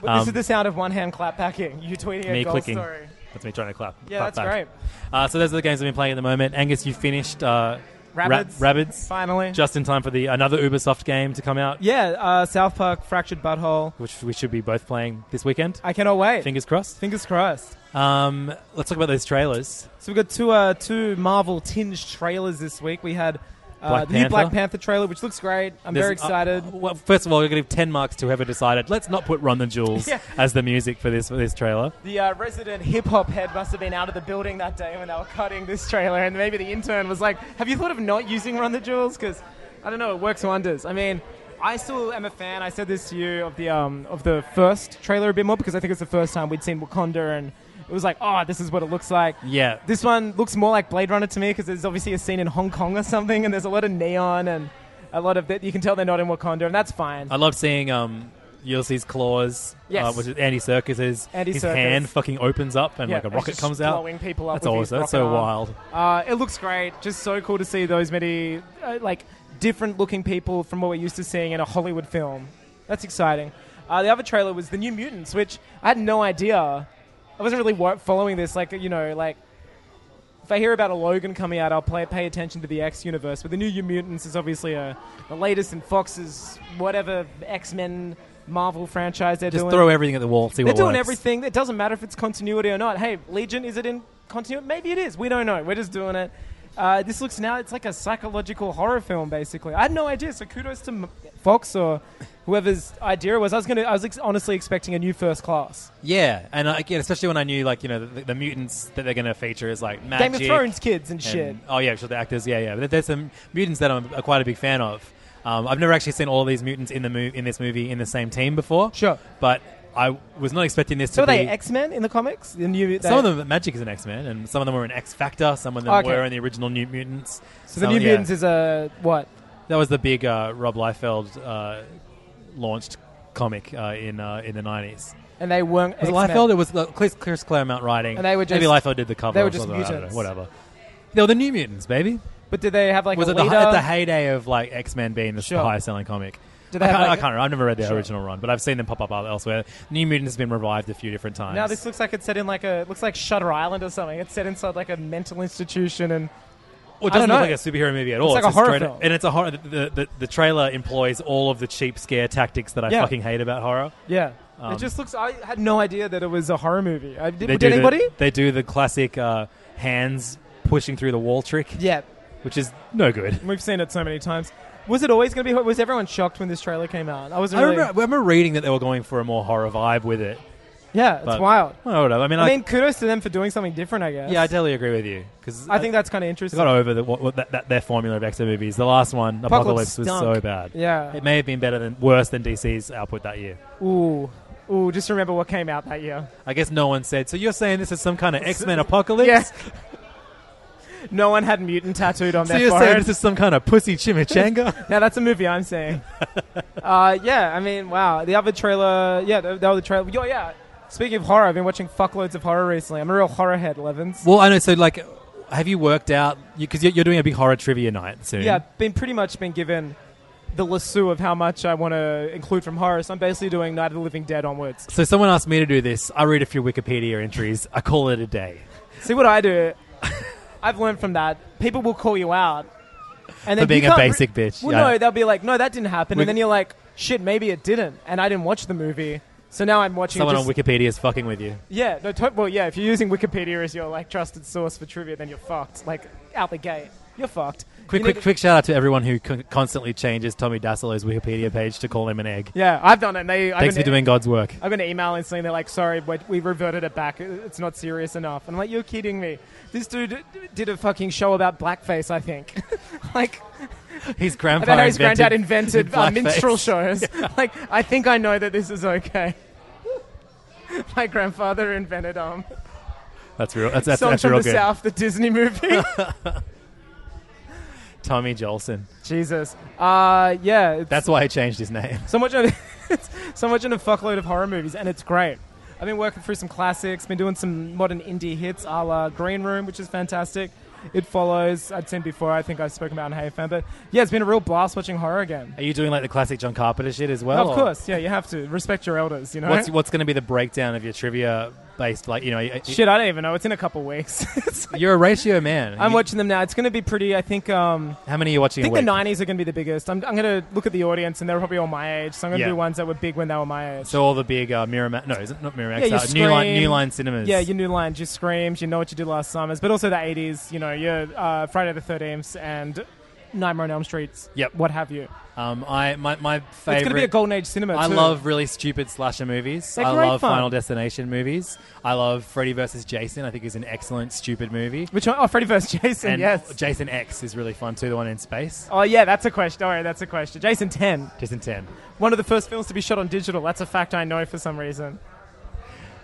D: But
C: Um,
D: this is the sound of one hand clap backing. You tweeting
C: me
D: a golf
C: clicking.
D: story.
C: That's me trying to clap.
D: Yeah,
C: clap
D: that's
C: back.
D: great.
C: Uh, so those are the games I've been playing at the moment. Angus, you finished uh, Ra-
D: Rabbids.
C: Rabbids.
D: Finally.
C: just in time for the another Ubisoft game to come out,
D: yeah, uh, South Park Fractured Butthole.
C: which we should be both playing this weekend.
D: I cannot wait.
C: Fingers crossed.
D: Fingers crossed.
C: Um, let's talk about those trailers.
D: So we got two uh, two Marvel tinged trailers this week. We had Uh,
C: Black
D: the new Black
C: Panther?
D: Panther trailer, which looks great. I'm
C: There's-
D: very excited.
C: uh, well, first of all, we're going to give 10 marks to whoever decided, let's not put Run the Jewels
D: Yeah.
C: as the music for this, for this trailer.
D: the uh, resident hip hop head must have been out of the building that day when they were cutting this trailer, and maybe the intern was like, "Have you thought of not using Run the Jewels? Because I don't know, it works wonders. I mean." I still am a fan. I said this to you of the um, of the first trailer a bit more because I think it's the first time we'd seen Wakanda, and it was like, oh, this is what it looks like.
C: Yeah.
D: This one looks more like Blade Runner to me because there's obviously a scene in Hong Kong or something, and there's a lot of neon and a lot of that. You can tell they're not in Wakanda, and that's fine.
C: I love seeing um, Ulysses' claws,
D: Yes.
C: uh, which is Andy Serkis's.
D: Andy
C: his
D: Serkis.
C: hand fucking opens up and
D: Yeah,
C: like a
D: and
C: rocket
D: just
C: comes out.
D: blowing people up
C: That's
D: with his
C: awesome. That's
D: rocket
C: so
D: arm.
C: wild.
D: Uh, it looks great. Just so cool to see those many uh, like different looking people from what we're used to seeing in a Hollywood film. That's exciting. Uh, the other trailer was the New Mutants, which I had no idea. I wasn't really wa- following this. Like you know, like if I hear about a Logan coming out, I'll play, pay attention to the X universe. But the New Mutants is obviously a, the latest in Fox's whatever X Men Marvel franchise they're
C: Just
D: doing.
C: throw everything at the wall, see
D: They're
C: what
D: doing
C: works.
D: everything. It doesn't matter if it's continuity or not. Hey, Legion, is it in continuity? Maybe it is. We don't know. We're just doing it. Uh, this looks now, it's like a psychological horror film, basically. I had no idea. So kudos to M- Fox or whoever's idea it was. I was, gonna, I was ex- honestly expecting a new first class.
C: Yeah, and I, again, especially when I knew like you know the, the mutants that they're going to feature is like magic.
D: Game of Thrones kids and shit.
C: And- oh yeah, sure. The actors, yeah, yeah. But there's some mutants that I'm uh, quite a big fan of. Um, I've never actually seen all of these mutants in the mo- in this movie in the same team before.
D: Sure.
C: but I was not expecting this
D: so
C: to
D: are they
C: be.
D: X Men in the comics? The new,
C: some of
D: they-
C: them, Magic is an X Men, and some of them were in X Factor. Some of them
D: Okay.
C: were in the original New Mutants.
D: So the New Mutants is a what?
C: that was the big uh, Rob Liefeld uh, launched comic uh, in uh, in the nineties.
D: And they weren't.
C: Was it
D: X-Men.
C: Liefeld? It was uh, Chris, Chris Claremont writing.
D: And they were
C: maybe
D: just-
C: Liefeld did the cover.
D: they were
C: or
D: just
C: something, I don't know,
D: mutants.
C: whatever. They were the New Mutants, baby.
D: But did they have like
C: was
D: a
C: it the,
D: leader?
C: at the heyday of like X Men being the
D: Sure.
C: highest selling comic?
D: Did
C: I
D: they have,
C: can't,
D: like,
C: I can't remember. I've never read the
D: Sure.
C: original run, but I've seen them pop up elsewhere. New Mutants has been revived a few different times.
D: Now this looks like it's set in like a it looks like Shutter Island or something. It's set inside like a mental institution and
C: Well, it
D: I don't
C: doesn't look like
D: know.
C: a superhero movie at all.
D: like a
C: just
D: horror
C: straight-
D: film.
C: and it's a horror. The, the, the trailer employs all of the cheap scare tactics that I
D: Yeah.
C: fucking hate about horror.
D: yeah.
C: Um,
D: it just looks. I had no idea that it was a horror movie. I, did
C: They
D: did
C: do
D: anybody?
C: The, they do the classic uh, hands pushing through the wall trick,
D: yeah,
C: which is no good.
D: we've seen it so many times. Was it always going to be? hor- Was everyone shocked when this trailer came out? I was
C: I
D: really.
C: remember, I remember reading that they were going for a more horror vibe with it.
D: yeah, it's
C: but-
D: wild.
C: Well, whatever. I mean, I,
D: I mean, kudos to them for doing something different. I guess.
C: yeah, I totally agree with you because
D: I think that's kind of
C: I
D: interesting.
C: got over the, what, what, that, that, their formula of extra movies. The last one, Apocalypse, was
D: stunk.
C: so bad.
D: Yeah.
C: It may have been better than worse than DC's output that year.
D: Ooh, ooh. Just remember what came out that year.
C: I guess no one said. So you're saying this is some kind of X Men apocalypse?
D: Yeah. no one had mutant tattooed on
C: So
D: their
C: you're saying
D: forehead.
C: this is some kind of pussy chimichanga?
D: Yeah, that's a movie I'm seeing. uh, yeah, I mean, wow. The other trailer, yeah, the, the other trailer. Yo, yeah. Speaking of horror, I've been watching fuckloads of horror recently. I'm a real horror head, Levins.
C: well, I know. So like, have you worked out? Because you're, you're doing a big horror trivia night soon.
D: Yeah, I've been pretty much been given the lasso of how much I want to include from horror, so I'm basically doing Night of the Living Dead onwards.
C: So someone asked me to do this. I read a few Wikipedia entries. I call it a day.
D: See what I do. I've learned from that. People will call you out. And
C: For
D: then
C: being
D: you
C: a
D: can't re-
C: basic bitch,
D: Well,
C: yeah.
D: no, they'll be like, no, that didn't happen.
C: Wik-
D: and then you're like, shit, maybe it didn't. And I didn't watch the movie. So now I'm watching it
C: Someone
D: just-
C: on Wikipedia is fucking with you.
D: Yeah, no, to- well, yeah. If you're using Wikipedia as your like trusted source for trivia, then you're fucked. Like out the gate, you're fucked.
C: Quick,
D: You need
C: quick,
D: to-
C: quick shout out to everyone who con- constantly changes Tommy Dassolo's Wikipedia page to call him an egg.
D: Yeah, I've done it. And they
C: Thanks
D: I've
C: for
D: been,
C: doing God's work.
D: I've been email and saying they're like, sorry, but we reverted it back. It- It's not serious enough. And I'm like, you're kidding me. This dude d- did a fucking show about blackface. I think, like
C: His grandpa
D: about how his
C: invented
D: granddad invented uh,
C: blackface.
D: minstrel shows. Like, I think I know that this is okay. My grandfather invented um
C: That's real. That's, that's,
D: songs
C: that's
D: from
C: real
D: the
C: good.
D: South, the Disney movie.
C: Tommy Jolson.
D: Jesus. Uh, yeah. It's,
C: That's why he changed his name.
D: so much. Of, it's so much in a fuckload of horror movies, and it's great. I've been working through some classics, been doing some modern indie hits, a la Green Room, which is fantastic. It follows. I'd seen before. I think I've spoken about in Hey Fan, but yeah, it's been a real blast watching horror again.
C: Are you doing like the classic John Carpenter shit as well?
D: of
C: or
D: course, yeah, you have to respect your elders. You know.
C: What's what's going to be the breakdown of your trivia based? Like you know, y- y-
D: Shit, I don't even know. It's in a couple weeks. It's like-
C: you're a ratio man.
D: I'm
C: You-
D: watching them now. It's going to be pretty. I think. Um,
C: How many are you watching?
D: I
C: a
D: think the
C: week?
D: '90s are going to be the biggest. I'm, I'm going to look at the audience, and they're probably all my age. So I'm going to
C: Yeah.
D: do ones that were big when they were my age.
C: So all the big uh, Miramax. No, is it not Miramax?
D: Yeah,
C: uh,
D: you
C: New Line,
D: Scream.
C: New Line Cinemas.
D: Yeah, your new lines, your screams, you know what you did last summers, but also the 80s, you know, your uh, Friday the 13th and Nightmare on Elm Streets,
C: Yep.
D: what have you.
C: Um, I my my favorite.
D: It's going to be a golden age cinema.
C: I
D: too.
C: love really stupid slasher movies.
D: They're
C: I
D: great
C: love
D: fun.
C: Final Destination movies. I love Freddy vs. Jason. I think is an excellent stupid movie.
D: which one? Oh, Freddy vs. Jason.
C: and
D: yes.
C: Jason X is really fun too. The one in space.
D: oh yeah, that's a question. Don't worry, that's a question. Jason Ten,
C: Jason Ten.
D: one of the first films to be shot on digital. That's a fact I know for some reason.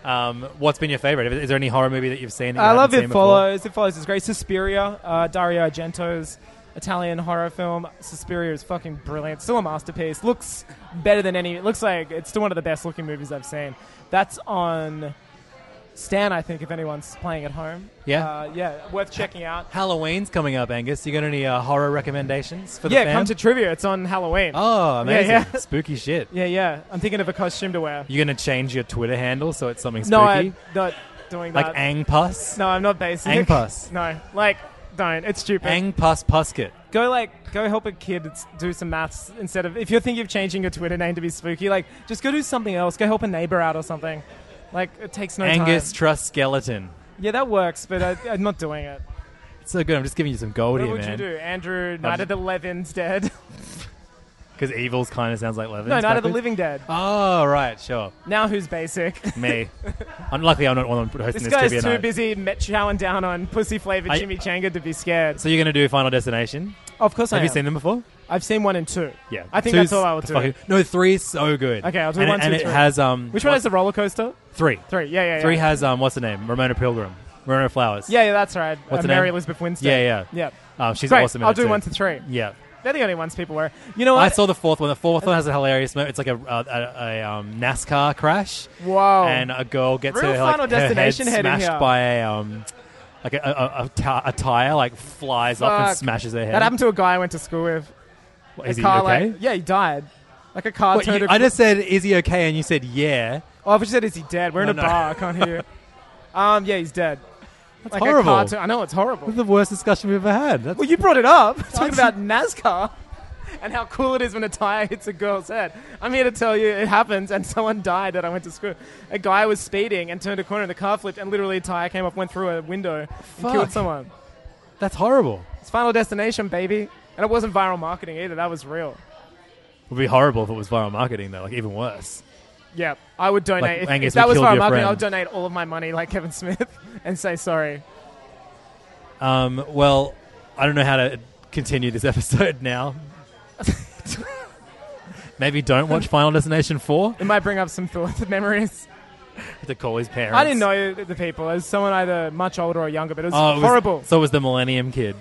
C: Um, what's been your favorite? Is there any horror movie that you've seen? That you
D: I love
C: haven't
D: It
C: seen before?
D: Follows. It Follows is great. Suspiria, uh, Dario Argento's Italian horror film. Suspiria is fucking brilliant. Still a masterpiece. Looks better than any. It looks like it's still one of the best looking movies I've seen. That's on Stan, I think, if anyone's playing at home.
C: Yeah.
D: Uh, yeah, worth checking out.
C: Halloween's coming up, Angus. You got any uh, horror recommendations for the
D: Yeah,
C: fam?
D: come to trivia. It's on Halloween.
C: oh, amazing!
D: Yeah, yeah.
C: Spooky shit.
D: Yeah, yeah. I'm thinking of a costume to wear.
C: You're gonna change your Twitter handle so it's something spooky,
D: No, I'm not doing that.
C: like Angpus.
D: no, I'm not basic.
C: Angpus.
D: No, like, don't. It's stupid.
C: Angpus Pusket.
D: go like go help a kid s- do some maths instead of if you're thinking of changing your Twitter name to be spooky, like just go do something else. Go help a neighbor out or something. Like it takes no
C: Angus
D: time.
C: Trust Skeleton.
D: Yeah, that works, but I, I'm not doing it.
C: It's so good. I'm just giving you some gold
D: What
C: here,
D: would you
C: man.
D: do, Andrew? Night
C: just-
D: of the Levin's dead.
C: Because evils kind of sounds like Levin.
D: no, Night of the Living Dead.
C: Oh, right, sure.
D: Now who's basic?
C: Me. Unluckily, I'm not one hosting this,
D: This guy's
C: trivia
D: too
C: night.
D: busy met chowing down on pussy flavored
C: I-
D: chimichanga to be scared.
C: So you're going to do Final Destination?
D: Of course,
C: Have
D: I
C: you
D: am.
C: seen them before?
D: I've seen one and two.
C: Yeah.
D: I think
C: Two's
D: that's all I will
C: the
D: do.
C: fucking- no, three's so good.
D: Okay, I'll do
C: and
D: one,
C: it,
D: two,
C: And it
D: three.
C: has um.
D: Which one
C: what-
D: has the roller coaster?
C: three?
D: Three. Yeah, yeah, yeah.
C: Three has um. What's the name? Ramona Pilgrim. Ramona Flowers.
D: Yeah, yeah, that's right.
C: What's her
D: uh, Mary
C: name?
D: Elizabeth Winstead.
C: Yeah, yeah.
D: yeah.
C: Um, she's
D: Great.
C: awesome. in
D: I'll
C: it
D: do
C: too.
D: one to three.
C: Yeah.
D: They're the only ones people wear. You know what?
C: I saw the fourth one. The fourth one has a hilarious moment. It's like a, uh, a, a um, NASCAR crash.
D: Wow.
C: And a girl gets
D: Oh. Real
C: her, like,
D: Final
C: her head
D: Destination head in
C: smashed
D: here.
C: by a um, like a, a, a, ti- a tire, like flies off
D: Fuck.
C: and smashes her head.
D: that happened to a guy I went to school with.
C: What, Is
D: a
C: he
D: car,
C: okay?
D: like, yeah, he died. Like a car
C: What,
D: turned.
C: you-
D: a-
C: I just said, "Is he okay?" and you said, "Yeah."
D: Oh, I just said, is he dead? We're in
C: No,
D: a
C: no.
D: bar. I can't hear. you. Um, yeah, he's dead. That's like
C: horrible.
D: A car tu- I know it's horrible.
C: That's the worst discussion we've ever had. That's
D: Well, you brought it up talking about NASCAR and how cool it is when a tire hits a girl's head. I'm here to tell you it happens, and someone died that I went to school. A guy was speeding and turned a corner, and the car flipped, and literally a tire came off, went through a window, and
C: Fuck.
D: killed someone.
C: that's horrible.
D: It's Final Destination, baby. And it wasn't viral marketing either. That was real.
C: It would be horrible if it was viral marketing, though. Like even worse.
D: Yeah, I would donate.
C: Like,
D: if,
C: Angus,
D: if that
C: we
D: was
C: killed
D: viral
C: your
D: marketing,
C: friend.
D: I would donate all of my money, like Kevin Smith, and say sorry.
C: Um, well, I don't know how to continue this episode now. Maybe don't watch Final Destination Four.
D: It might bring up some thoughts, memories.
C: Have to call his parents.
D: I didn't know the people. It was someone either much older or younger, but it was
C: Oh, it was-
D: horrible.
C: so was the Millennium Kid.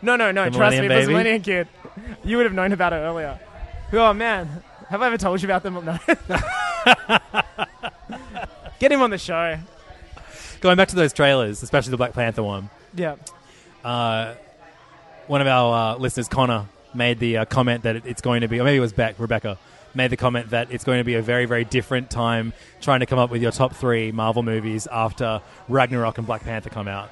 D: No, no, no.
C: The
D: Trust me,
C: Millennium
D: if it was a
C: Baby?
D: Millennium Kid, you would have known about it earlier. Oh man, have I ever told you about them? No. Get him on the show.
C: Going back to those trailers, especially the Black Panther one.
D: Yeah.
C: uh, one of our uh, listeners, Connor, made the uh, comment that it, it's going to be, or maybe it was Beck, Rebecca, made the comment that it's going to be a very, very different time trying to come up with your top three Marvel movies after Ragnarok and Black Panther come out.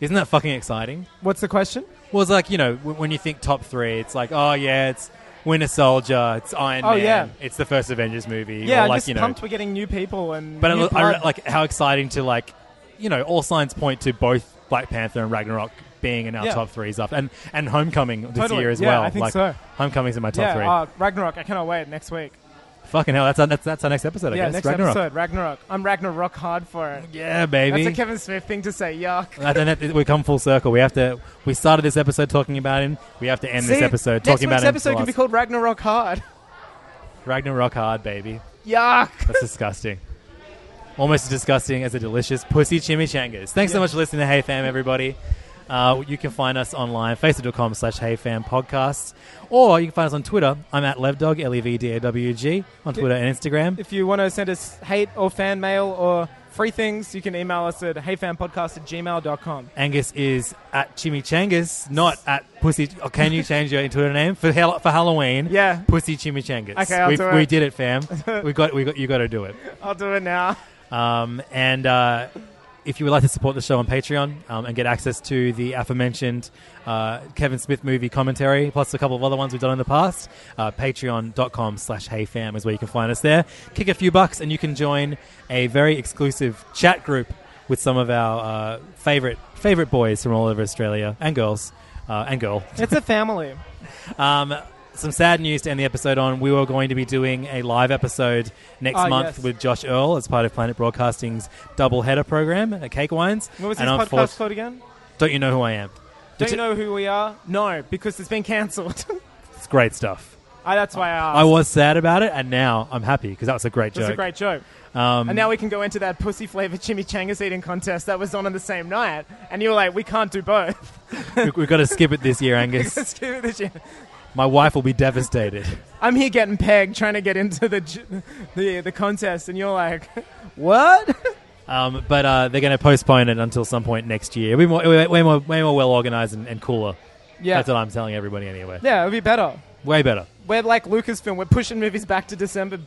C: Isn't that fucking exciting?
D: What's the question?
C: Well, it's like, you know, w- when you think top three, it's like, oh, yeah, it's Winter Soldier, it's Iron
D: Oh,
C: Man,
D: yeah.
C: it's the first Avengers movie.
D: Yeah,
C: or
D: I'm
C: like,
D: just
C: you know,
D: pumped we're getting new people and
C: but I,
D: new
C: lo- I,
D: blood.
C: re- like how exciting to like, you know, all signs point to both Black Panther and Ragnarok being in our
D: Yeah.
C: top threes up, and and Homecoming this
D: Totally.
C: year as
D: Yeah,
C: well.
D: I think
C: like,
D: so.
C: Homecoming's in my top
D: yeah,
C: three.
D: uh, Ragnarok. I cannot wait next week.
C: Fucking hell, that's our, that's that's our next episode. I
D: yeah,
C: guess
D: next
C: Ragnarok.
D: episode, Ragnarok. I'm Ragnarok hard for it.
C: Yeah, baby.
D: That's a Kevin Smith thing to say. Yuck.
C: That- and that- we come full circle. We have to. We started this episode talking about him. We have to end this
D: See,
C: episode
D: next
C: talking about
D: week's
C: him.
D: episode
C: for
D: can
C: us.
D: be called Ragnarok hard.
C: Ragnarok hard, baby.
D: Yuck.
C: That's disgusting. Almost as disgusting as a delicious pussy chimichangas. Thanks so much for listening to Hey Fam, everybody. Uh, you can find us online, facebook.com slash Hey Fam Podcast, or you can find us on Twitter. I'm at Levdog, E L-E-V-D-A-W-G, on Twitter and Instagram.
D: If you want to send us hate or fan mail or free things, you can email us at heyfanpodcast at gmail.com.
C: Angus is at Chimichangas, not at Pussy. Or can you change your Twitter name for Hal- for Halloween?
D: Yeah.
C: Pussy Chimichangas.
D: Okay, I'll
C: we,
D: do it.
C: we did it, fam. we got we got you got to do it.
D: I'll do it now.
C: Um, and uh, if you would like to support the show on Patreon um, and get access to the aforementioned uh, Kevin Smith movie commentary, plus a couple of other ones we've done in the past, uh, patreon.com slash heyfam is where you can find us there. Kick a few bucks and you can join a very exclusive chat group with some of our uh, favorite favorite boys from all over Australia and girls. uh, and girl.
D: It's a family.
C: Um, some sad news to end the episode on. We were going to be doing a live episode next
D: Ah,
C: month
D: yes.
C: with Josh Earl as part of Planet Broadcasting's double header program at Cake Wines.
D: What was this
C: And
D: podcast
C: unfor-
D: called again?
C: Don't you know who I am?
D: Don't you know who we are? No, because it's been cancelled.
C: It's great stuff.
D: I, that's why I asked.
C: I was sad about it, and now I'm happy because that was a great
D: It was
C: joke.
D: a great joke.
C: um,
D: And now we can go into that pussy flavored chimichangas eating contest that was on on the same night. And you were like, we can't do both.
C: we- we've got to skip it this year, Angus.
D: Let's give it the chance.
C: My wife will be devastated.
D: I'm here getting pegged, trying to get into the j- the, the contest, and you're like, what?
C: Um, but uh, they're going to postpone it until some point next year. It'll be more, way, way more, way more well organized and, and cooler.
D: Yeah,
C: That's what I'm telling everybody anyway.
D: yeah, it'd be better.
C: Way better.
D: We're like Lucasfilm. We're pushing movies back to December.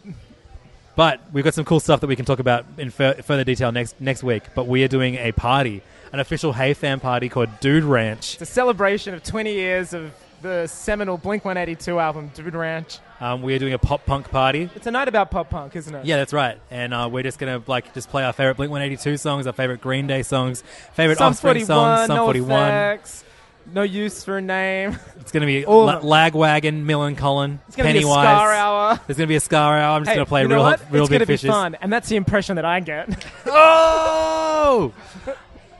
C: But we've got some cool stuff that we can talk about in fur- further detail next next week. But we are doing a party, an official Hey Fan party called Dude Ranch.
D: It's a celebration of 20 years of the seminal Blink 182 album, Dude Ranch.
C: Um, we are doing a pop punk party.
D: It's a night about pop punk, isn't it?
C: Yeah, that's right. And uh, we're just gonna like just play our favorite Blink One Eighty Two songs, our favorite Green Day songs, favorite
D: Some
C: Offspring
D: 41,
C: songs, Some
D: no
C: Forty One.
D: effects, no use for a name.
C: It's gonna be
D: All of
C: La-
D: them.
C: Lagwagon, Mill and Colin,
D: It's gonna
C: Pennywise.
D: be a scar hour.
C: There's gonna be a Scar Hour. I'm just
D: Hey,
C: gonna play
D: you know
C: real
D: what?
C: Hot- real
D: it's
C: big
D: gonna
C: fishes.
D: be fun, and that's the impression that I get.
C: Oh!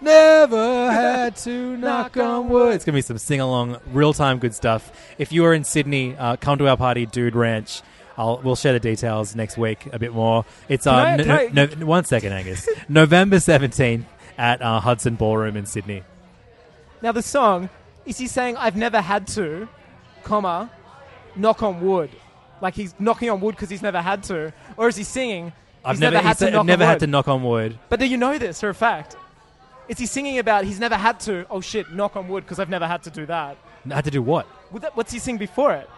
C: Never had to knock on wood. It's going to be some sing along, real time good stuff. If you are in Sydney, uh, come to our party, Dude Ranch. I'll, we'll share the details next week a bit more. It's uh,
D: I-
C: no-
D: can I-
C: no- no- one second, Angus. November 17th at uh, Hudson Ballroom in Sydney.
D: now the song is he saying I've never had to, comma, knock on wood, like he's knocking on wood because he's never had to, or is he singing?
C: I've
D: he's never, had
C: he
D: to
C: said-
D: knock
C: never
D: on
C: had
D: wood.
C: to knock on wood.
D: But do you know this for a fact? Is he singing about he's never had to? Oh shit, knock on wood because I've never had to do that.
C: Had to do what?
D: Would that- What's he sing before it?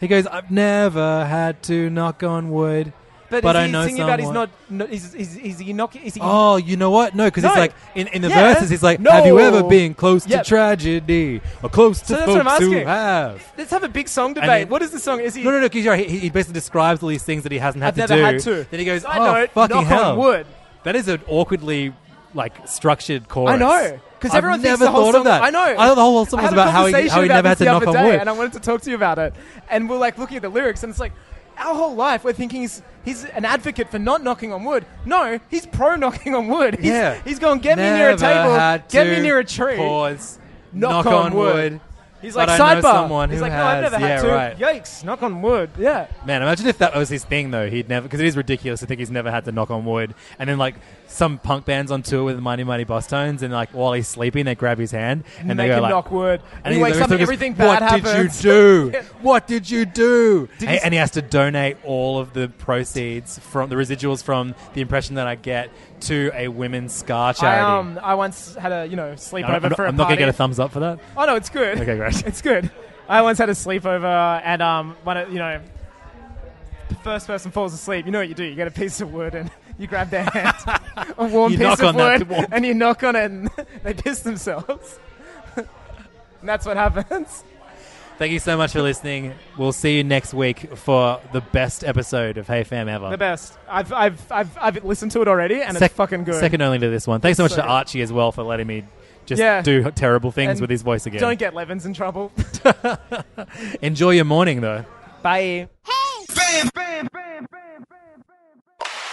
C: He goes, I've never had to knock on wood.
D: But,
C: But
D: is
C: I
D: he
C: know
D: singing about he's
C: someone.
D: not? No, is, is, is he knocking? Is he?
C: Oh, you know what? No, because it's
D: No.
C: like in, in the
D: Yeah.
C: verses, it's like, "Have you ever
D: No.
C: been close
D: Yep.
C: to tragedy or close to
D: So that's
C: folks
D: what I'm
C: who
D: asking.
C: have?"
D: Let's have a big song debate.
C: then-
D: what is the song? Is he?
C: No, no, no. Because right. he, he basically describes all these things that he hasn't had
D: I've
C: to
D: never
C: do.
D: had to.
C: Then he goes,
D: Side
C: "Oh,
D: note,
C: fucking
D: knock
C: hell!"
D: on wood.
C: That is an awkwardly like structured chorus.
D: I know because
C: I've
D: everyone thinks
C: never
D: the whole
C: thought
D: song,
C: of that.
D: I know.
C: I thought the whole song
D: I
C: was
D: had a
C: about how he
D: conversation
C: how he
D: about
C: never had
D: this
C: to
D: the
C: knock
D: other
C: on
D: day,
C: wood.
D: and I wanted to talk to you about it. And we're like looking at the lyrics, and it's like our whole life we're thinking he's he's an advocate for not knocking on wood. No, he's pro knocking on wood. He's,
C: Yeah.
D: he's going get me near a
C: Never
D: table,
C: had
D: get
C: to
D: me near a tree.
C: Pause.
D: knock on wood. He's like
C: But I know
D: sidebar.
C: someone
D: he's
C: who
D: like no, I've
C: has."
D: never had
C: Yeah,
D: to.
C: right.
D: Yikes! Knock on wood. Yeah.
C: Man, imagine if that was his thing though. He'd never because it is ridiculous to think he's never had to knock on wood. And then like some punk bands on tour with the Mighty Mighty Boss Tones, and like while he's sleeping, they grab his hand and
D: Make
C: they go
D: him
C: like,
D: knock wood.
C: And
D: he
C: he's
D: wakes
C: like-
D: up and everything
C: "What
D: bad
C: did
D: happens.
C: you do? What did you do?"
D: Did
C: and,
D: you s-
C: and he has to donate all of the proceeds from the residuals from the impression that I get to a women's scar charity.
D: I, um, I once had a you know sleepover
C: I'm, I'm not,
D: for a
C: I'm not gonna
D: party.
C: get a thumbs up for that.
D: Oh no, it's good.
C: Okay, great.
D: It's good. I once had a sleepover, and um, one of, you know, the first person falls asleep. You know what you do? You get a piece of wood and you grab their hand, a warm
C: You knock
D: piece of
C: on that
D: wood,
C: warm-
D: and you knock on it, and they piss themselves. and that's what happens.
C: Thank you so much for listening. We'll see you next week for the best episode of Hey Fam ever.
D: The best. I've I've I've, I've listened to it already, and
C: Uh. Sec-
D: it's fucking good.
C: Second only to this one. Thanks so much
D: So
C: to
D: good.
C: Archie as well for letting me just
D: Yeah.
C: do terrible things
D: And
C: with his voice again.
D: Don't get Levins in trouble.
C: Enjoy your morning though.
D: Bye.